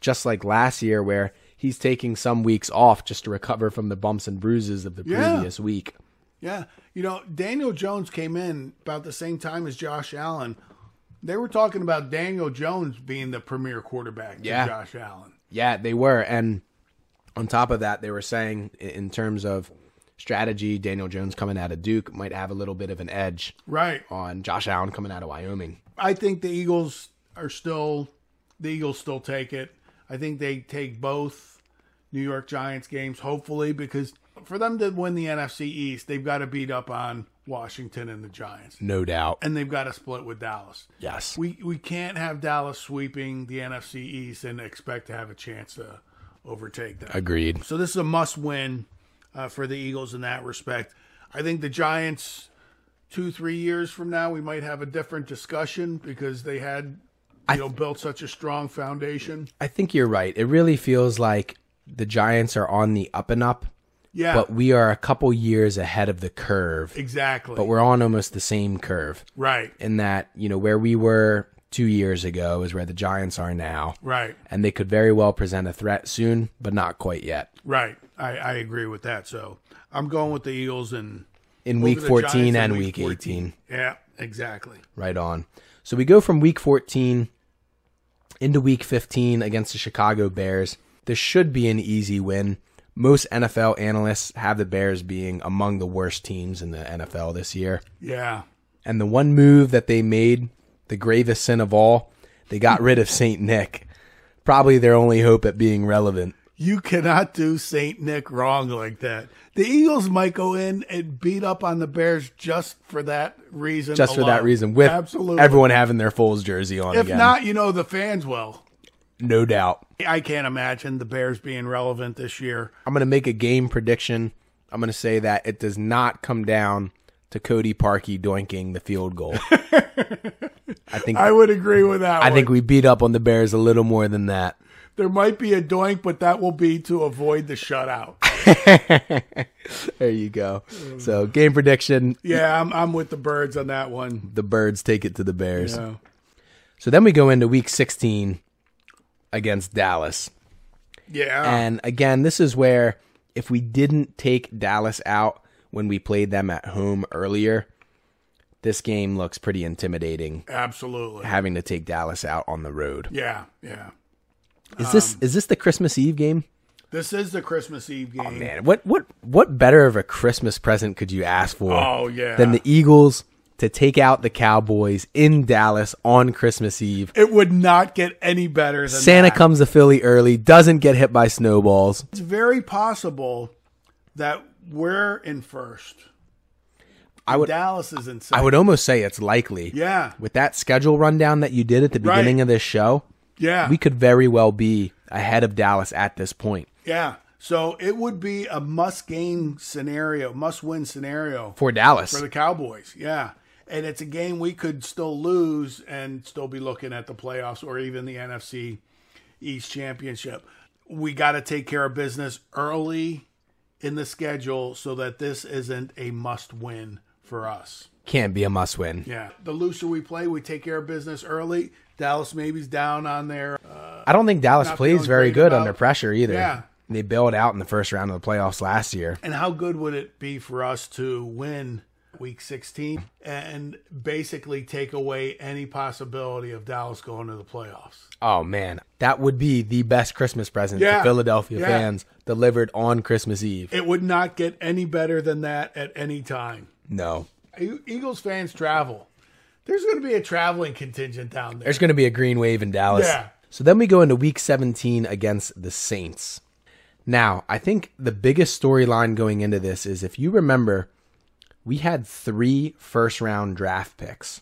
[SPEAKER 1] just like last year, where he's taking some weeks off just to recover from the bumps and bruises of the
[SPEAKER 2] Yeah.
[SPEAKER 1] previous week?
[SPEAKER 2] Yeah. You know, Daniel Jones came in about the same time as Josh Allen. They were talking about Daniel Jones being the premier quarterback to
[SPEAKER 1] Yeah.
[SPEAKER 2] Josh Allen.
[SPEAKER 1] Yeah, they were. And on top of that, they were saying i- in terms of strategy, Daniel Jones coming out of Duke might have a little bit of an edge
[SPEAKER 2] Right.
[SPEAKER 1] on Josh Allen coming out of Wyoming.
[SPEAKER 2] I think the Eagles are still the Eagles still take it. I think they take both New York Giants games, hopefully, because for them to win the NFC East, they've got to beat up on Washington and the Giants.
[SPEAKER 1] No doubt.
[SPEAKER 2] And they've got to split with Dallas.
[SPEAKER 1] Yes.
[SPEAKER 2] We we can't have Dallas sweeping the NFC East and expect to have a chance to overtake them.
[SPEAKER 1] Agreed.
[SPEAKER 2] So this is a must win uh, for the Eagles in that respect. I think the Giants, two three years from now, we might have a different discussion because they had you know built such a strong foundation.
[SPEAKER 1] I think you're right. It really feels like the Giants are on the up and up,
[SPEAKER 2] Yeah,
[SPEAKER 1] but we are a couple years ahead of the curve.
[SPEAKER 2] exactly.
[SPEAKER 1] But we're on almost the same curve
[SPEAKER 2] right,
[SPEAKER 1] in that, you know, where we were two years ago is where the Giants are now.
[SPEAKER 2] right,
[SPEAKER 1] And they could very well present a threat soon, but not quite yet.
[SPEAKER 2] right. I, I agree with that. So I'm going with the Eagles and
[SPEAKER 1] in week
[SPEAKER 2] the
[SPEAKER 1] 14
[SPEAKER 2] Giants in
[SPEAKER 1] and
[SPEAKER 2] week
[SPEAKER 1] week 18
[SPEAKER 2] yeah, exactly.
[SPEAKER 1] right on so we go from week 14 into week 15 against the chicago bears this should be an easy win most nfl analysts have the bears being among the worst teams in the nfl this year
[SPEAKER 2] Yeah,
[SPEAKER 1] and the one move that they made the gravest sin of all they got rid of saint nick probably their only hope at being relevant
[SPEAKER 2] You cannot do Saint Nick wrong like that. The Eagles might go in and beat up on the Bears just for that reason.
[SPEAKER 1] just for that
[SPEAKER 2] alone.
[SPEAKER 1] reason with
[SPEAKER 2] absolutely.
[SPEAKER 1] everyone having their Foles jersey on
[SPEAKER 2] if
[SPEAKER 1] again
[SPEAKER 2] not, you know the fans will.
[SPEAKER 1] no doubt
[SPEAKER 2] I can't imagine the Bears being relevant this year.
[SPEAKER 1] I'm going to make a game prediction. I'm going to say that it does not come down to Cody Parkey doinking the field goal. I think I,
[SPEAKER 2] I would agree with that. one.
[SPEAKER 1] think we beat up on the Bears a little more than that.
[SPEAKER 2] there might be a doink, but that will be to avoid the shutout.
[SPEAKER 1] There you go. So game prediction,
[SPEAKER 2] yeah, I'm, I'm with the birds on that one.
[SPEAKER 1] the Birds take it to the Bears.
[SPEAKER 2] So,
[SPEAKER 1] So then we go into week 16 against Dallas.
[SPEAKER 2] yeah,
[SPEAKER 1] And again, this is where if we didn't take Dallas out when we played them at home earlier, this game looks pretty intimidating.
[SPEAKER 2] absolutely.
[SPEAKER 1] having to take Dallas out on the road.
[SPEAKER 2] Yeah, yeah.
[SPEAKER 1] Is this is this the Christmas Eve game?
[SPEAKER 2] This is the Christmas Eve game. Oh,
[SPEAKER 1] Man, what what what better of a Christmas present could you ask for
[SPEAKER 2] yeah.
[SPEAKER 1] than the Eagles to take out the Cowboys in Dallas on Christmas Eve?
[SPEAKER 2] it would not get any better than
[SPEAKER 1] Santa
[SPEAKER 2] that.
[SPEAKER 1] comes to Philly early, doesn't get hit by snowballs.
[SPEAKER 2] It's very possible that we're in first.
[SPEAKER 1] I would
[SPEAKER 2] Dallas is in second.
[SPEAKER 1] I would almost say it's likely.
[SPEAKER 2] yeah,
[SPEAKER 1] With that schedule rundown that you did at the
[SPEAKER 2] Right.
[SPEAKER 1] beginning of this show,
[SPEAKER 2] yeah.
[SPEAKER 1] we could very well be ahead of Dallas at this point
[SPEAKER 2] Yeah. So it would be a must game scenario, must win scenario
[SPEAKER 1] for Dallas.
[SPEAKER 2] for the Cowboys. Yeah. And it's a game we could still lose and still be looking at the playoffs or even the NFC East Championship. We got to take care of business early in the schedule so that this isn't a must win for us.
[SPEAKER 1] Can't be a must win.
[SPEAKER 2] Yeah. The looser we play, we take care of business early. Dallas maybe's down on there.
[SPEAKER 1] I don't think Dallas
[SPEAKER 2] Not
[SPEAKER 1] plays
[SPEAKER 2] feeling
[SPEAKER 1] very
[SPEAKER 2] great
[SPEAKER 1] good
[SPEAKER 2] about-
[SPEAKER 1] under pressure either.
[SPEAKER 2] Yeah.
[SPEAKER 1] They bailed out in the first round of the playoffs last year.
[SPEAKER 2] And how good would it be for us to win week 16 and basically take away any possibility of Dallas going to the playoffs?
[SPEAKER 1] Oh man, that would be the best Christmas present
[SPEAKER 2] Yeah.
[SPEAKER 1] to Philadelphia
[SPEAKER 2] Yeah.
[SPEAKER 1] fans delivered on Christmas Eve.
[SPEAKER 2] It would not get any better than that at any time.
[SPEAKER 1] No.
[SPEAKER 2] E- Eagles fans travel. There's going to be a traveling contingent down there.
[SPEAKER 1] There's going to be a green wave in Dallas.
[SPEAKER 2] Yeah.
[SPEAKER 1] So then we go into week 17 against the Saints. Now, I think the biggest storyline going into this is if you remember, we had three first round draft picks,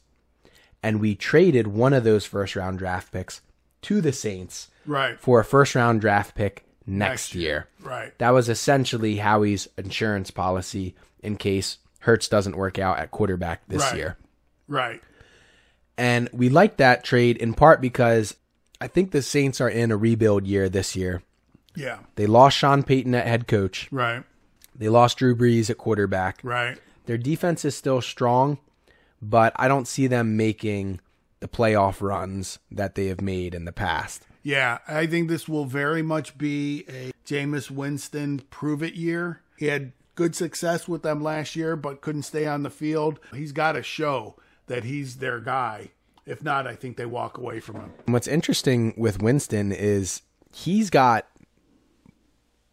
[SPEAKER 1] and we traded one of those first round draft picks to the Saints
[SPEAKER 2] Right.
[SPEAKER 1] for a first round draft pick next,
[SPEAKER 2] Next year.
[SPEAKER 1] year.
[SPEAKER 2] Right.
[SPEAKER 1] That was essentially Howie's insurance policy in case Hertz doesn't work out at quarterback this
[SPEAKER 2] Right.
[SPEAKER 1] year.
[SPEAKER 2] Right.
[SPEAKER 1] And we like that trade in part because I think the Saints are in a rebuild year this year.
[SPEAKER 2] Yeah.
[SPEAKER 1] They lost Sean Payton at head coach.
[SPEAKER 2] Right.
[SPEAKER 1] They lost Drew Brees at quarterback.
[SPEAKER 2] Right.
[SPEAKER 1] Their defense is still strong, but I don't see them making the playoff runs that they have made in the past.
[SPEAKER 2] Yeah, I think this will very much be a Jameis Winston prove it year. He had good success with them last year, but couldn't stay on the field. He's got to show that he's their guy. If not, I think they walk away from him.
[SPEAKER 1] And what's interesting with Winston is he's got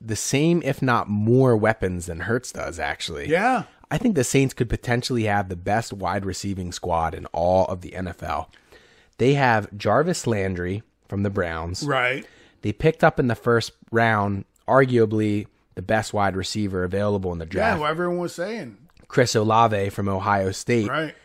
[SPEAKER 1] the same, if not more, weapons than Hertz does, actually.
[SPEAKER 2] Yeah.
[SPEAKER 1] I think the Saints could potentially have the best wide receiving squad in all of the NFL. They have Jarvis Landry from the Browns.
[SPEAKER 2] Right.
[SPEAKER 1] They picked up in the first round, arguably the best wide receiver available in the
[SPEAKER 2] Yeah,
[SPEAKER 1] draft,
[SPEAKER 2] what everyone was saying.
[SPEAKER 1] Chris Olave from Ohio State.
[SPEAKER 2] Right.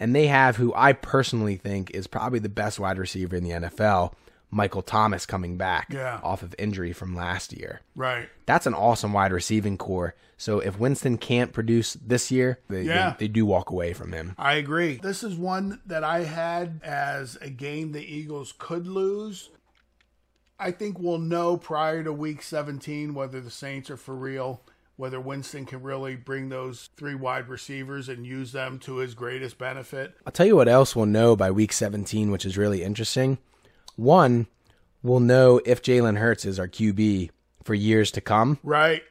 [SPEAKER 1] And they have who I personally think is probably the best wide receiver in the NFL, Michael Thomas coming back
[SPEAKER 2] Yeah.
[SPEAKER 1] off of injury from last year.
[SPEAKER 2] Right.
[SPEAKER 1] That's an awesome wide receiving core. So if Winston can't produce this year, they, they-
[SPEAKER 2] Yeah.
[SPEAKER 1] they do walk away from him.
[SPEAKER 2] I agree. This is one that I had as a game the Eagles could lose. I think we'll know prior to week 17 whether the Saints are for real, whether Winston can really bring those three wide receivers and use them to his greatest benefit.
[SPEAKER 1] I'll tell you what else we'll know by week 17, which is really interesting. One, we'll know if Jalen Hurts is our QB for years to come.
[SPEAKER 2] Right.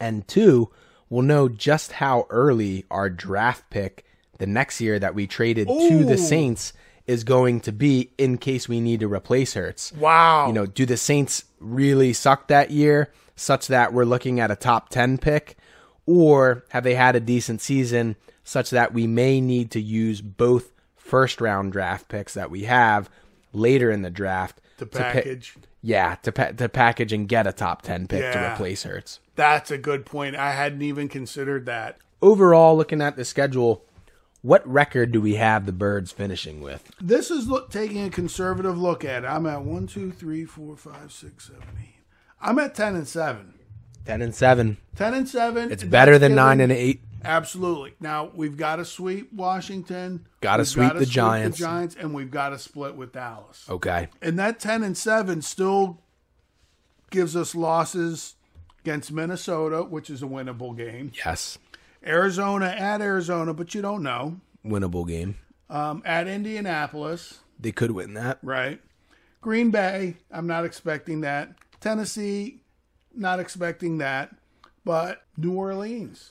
[SPEAKER 1] And two, we'll know just how early our draft pick the next year that we traded to
[SPEAKER 2] Ooh.
[SPEAKER 1] the Saints is going to be in case we need to replace Hurts.
[SPEAKER 2] Wow.
[SPEAKER 1] You know, do the Saints really suck that year such that we're looking at a top 10 pick? Or have they had a decent season such that we may need to use both first round draft picks that we have later in the draft
[SPEAKER 2] the
[SPEAKER 1] to pick-
[SPEAKER 2] package.
[SPEAKER 1] yeah, to, pa- to package and get a top 10 pick to
[SPEAKER 2] Yeah.
[SPEAKER 1] replace Hurts.
[SPEAKER 2] That's a good point. I hadn't even considered that.
[SPEAKER 1] Overall, looking at the schedule, what record do we have the Birds finishing with?
[SPEAKER 2] This is look, taking a conservative look at it. I'm at one, two, three, four, five, six, seven, eight. I'm at 10 and 7.
[SPEAKER 1] 10 and 7.
[SPEAKER 2] 10 and 7.
[SPEAKER 1] It's better than
[SPEAKER 2] giving-
[SPEAKER 1] 9 and 8.
[SPEAKER 2] Absolutely. Now we've got to sweep Washington.
[SPEAKER 1] Gotta
[SPEAKER 2] We've
[SPEAKER 1] sweep
[SPEAKER 2] gotta
[SPEAKER 1] the Giants.
[SPEAKER 2] The Giants, and we've got to split with Dallas.
[SPEAKER 1] Okay.
[SPEAKER 2] And that ten and seven still gives us losses against Minnesota, which is a winnable game.
[SPEAKER 1] Yes.
[SPEAKER 2] Arizona at Arizona, but you don't know.
[SPEAKER 1] Winnable game.
[SPEAKER 2] Um, at Indianapolis,
[SPEAKER 1] They could win that.
[SPEAKER 2] right? Green Bay, I'm not expecting that. Tennessee, not expecting that. But New Orleans,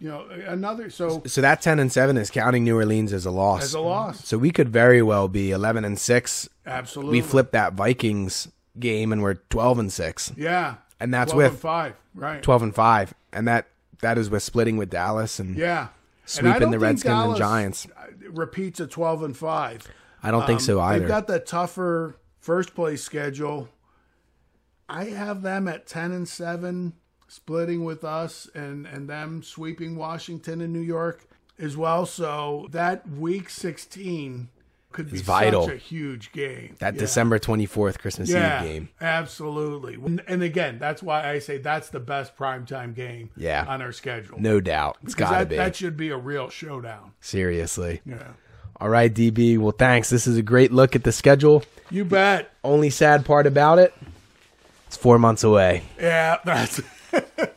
[SPEAKER 2] you know, another so
[SPEAKER 1] So that 10 and 7 is counting New Orleans as a loss.
[SPEAKER 2] as a loss.
[SPEAKER 1] so we could very well be 11 and 6.
[SPEAKER 2] Absolutely.
[SPEAKER 1] We flip that Vikings game and we're 12 and 6.
[SPEAKER 2] Yeah.
[SPEAKER 1] And that's
[SPEAKER 2] 12 and
[SPEAKER 1] with-
[SPEAKER 2] five. Right.
[SPEAKER 1] 12 and 5 and that that is with splitting with Dallas and
[SPEAKER 2] Yeah.
[SPEAKER 1] Sweeping
[SPEAKER 2] And I don't
[SPEAKER 1] the
[SPEAKER 2] think
[SPEAKER 1] Redskins and
[SPEAKER 2] Dallas uh,
[SPEAKER 1] Giants.
[SPEAKER 2] Repeats a 12 and 5.
[SPEAKER 1] I don't think so either.
[SPEAKER 2] um, They've got the tougher first place schedule. I have them at 10 and 7, splitting with us and, and them sweeping Washington and New York as well. So that week 16 could be
[SPEAKER 1] vital.
[SPEAKER 2] such a huge game.
[SPEAKER 1] that
[SPEAKER 2] Yeah.
[SPEAKER 1] December 24th Christmas
[SPEAKER 2] yeah,
[SPEAKER 1] Eve game.
[SPEAKER 2] absolutely. And- And again, that's why I say that's the best primetime game
[SPEAKER 1] Yeah.
[SPEAKER 2] on our schedule.
[SPEAKER 1] No doubt. It's got to
[SPEAKER 2] that,
[SPEAKER 1] be.
[SPEAKER 2] that should be a real showdown.
[SPEAKER 1] Seriously.
[SPEAKER 2] Yeah.
[SPEAKER 1] All right, DB. Well, thanks. This is a great look at the schedule.
[SPEAKER 2] You bet.
[SPEAKER 1] Only sad part about it, it's 4 months away.
[SPEAKER 2] Yeah, that's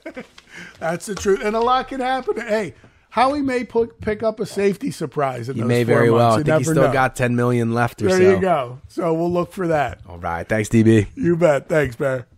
[SPEAKER 2] That's the truth. And a lot can happen. Hey, Howie may pu- pick up a safety surprise in
[SPEAKER 1] He
[SPEAKER 2] those
[SPEAKER 1] may
[SPEAKER 2] four
[SPEAKER 1] very well.
[SPEAKER 2] months.
[SPEAKER 1] I
[SPEAKER 2] You
[SPEAKER 1] think he's
[SPEAKER 2] never
[SPEAKER 1] still
[SPEAKER 2] know.
[SPEAKER 1] got 10 million left or
[SPEAKER 2] There
[SPEAKER 1] so.
[SPEAKER 2] you go. So we'll look for that.
[SPEAKER 1] All right. Thanks, DB.
[SPEAKER 2] You bet. Thanks, Bear.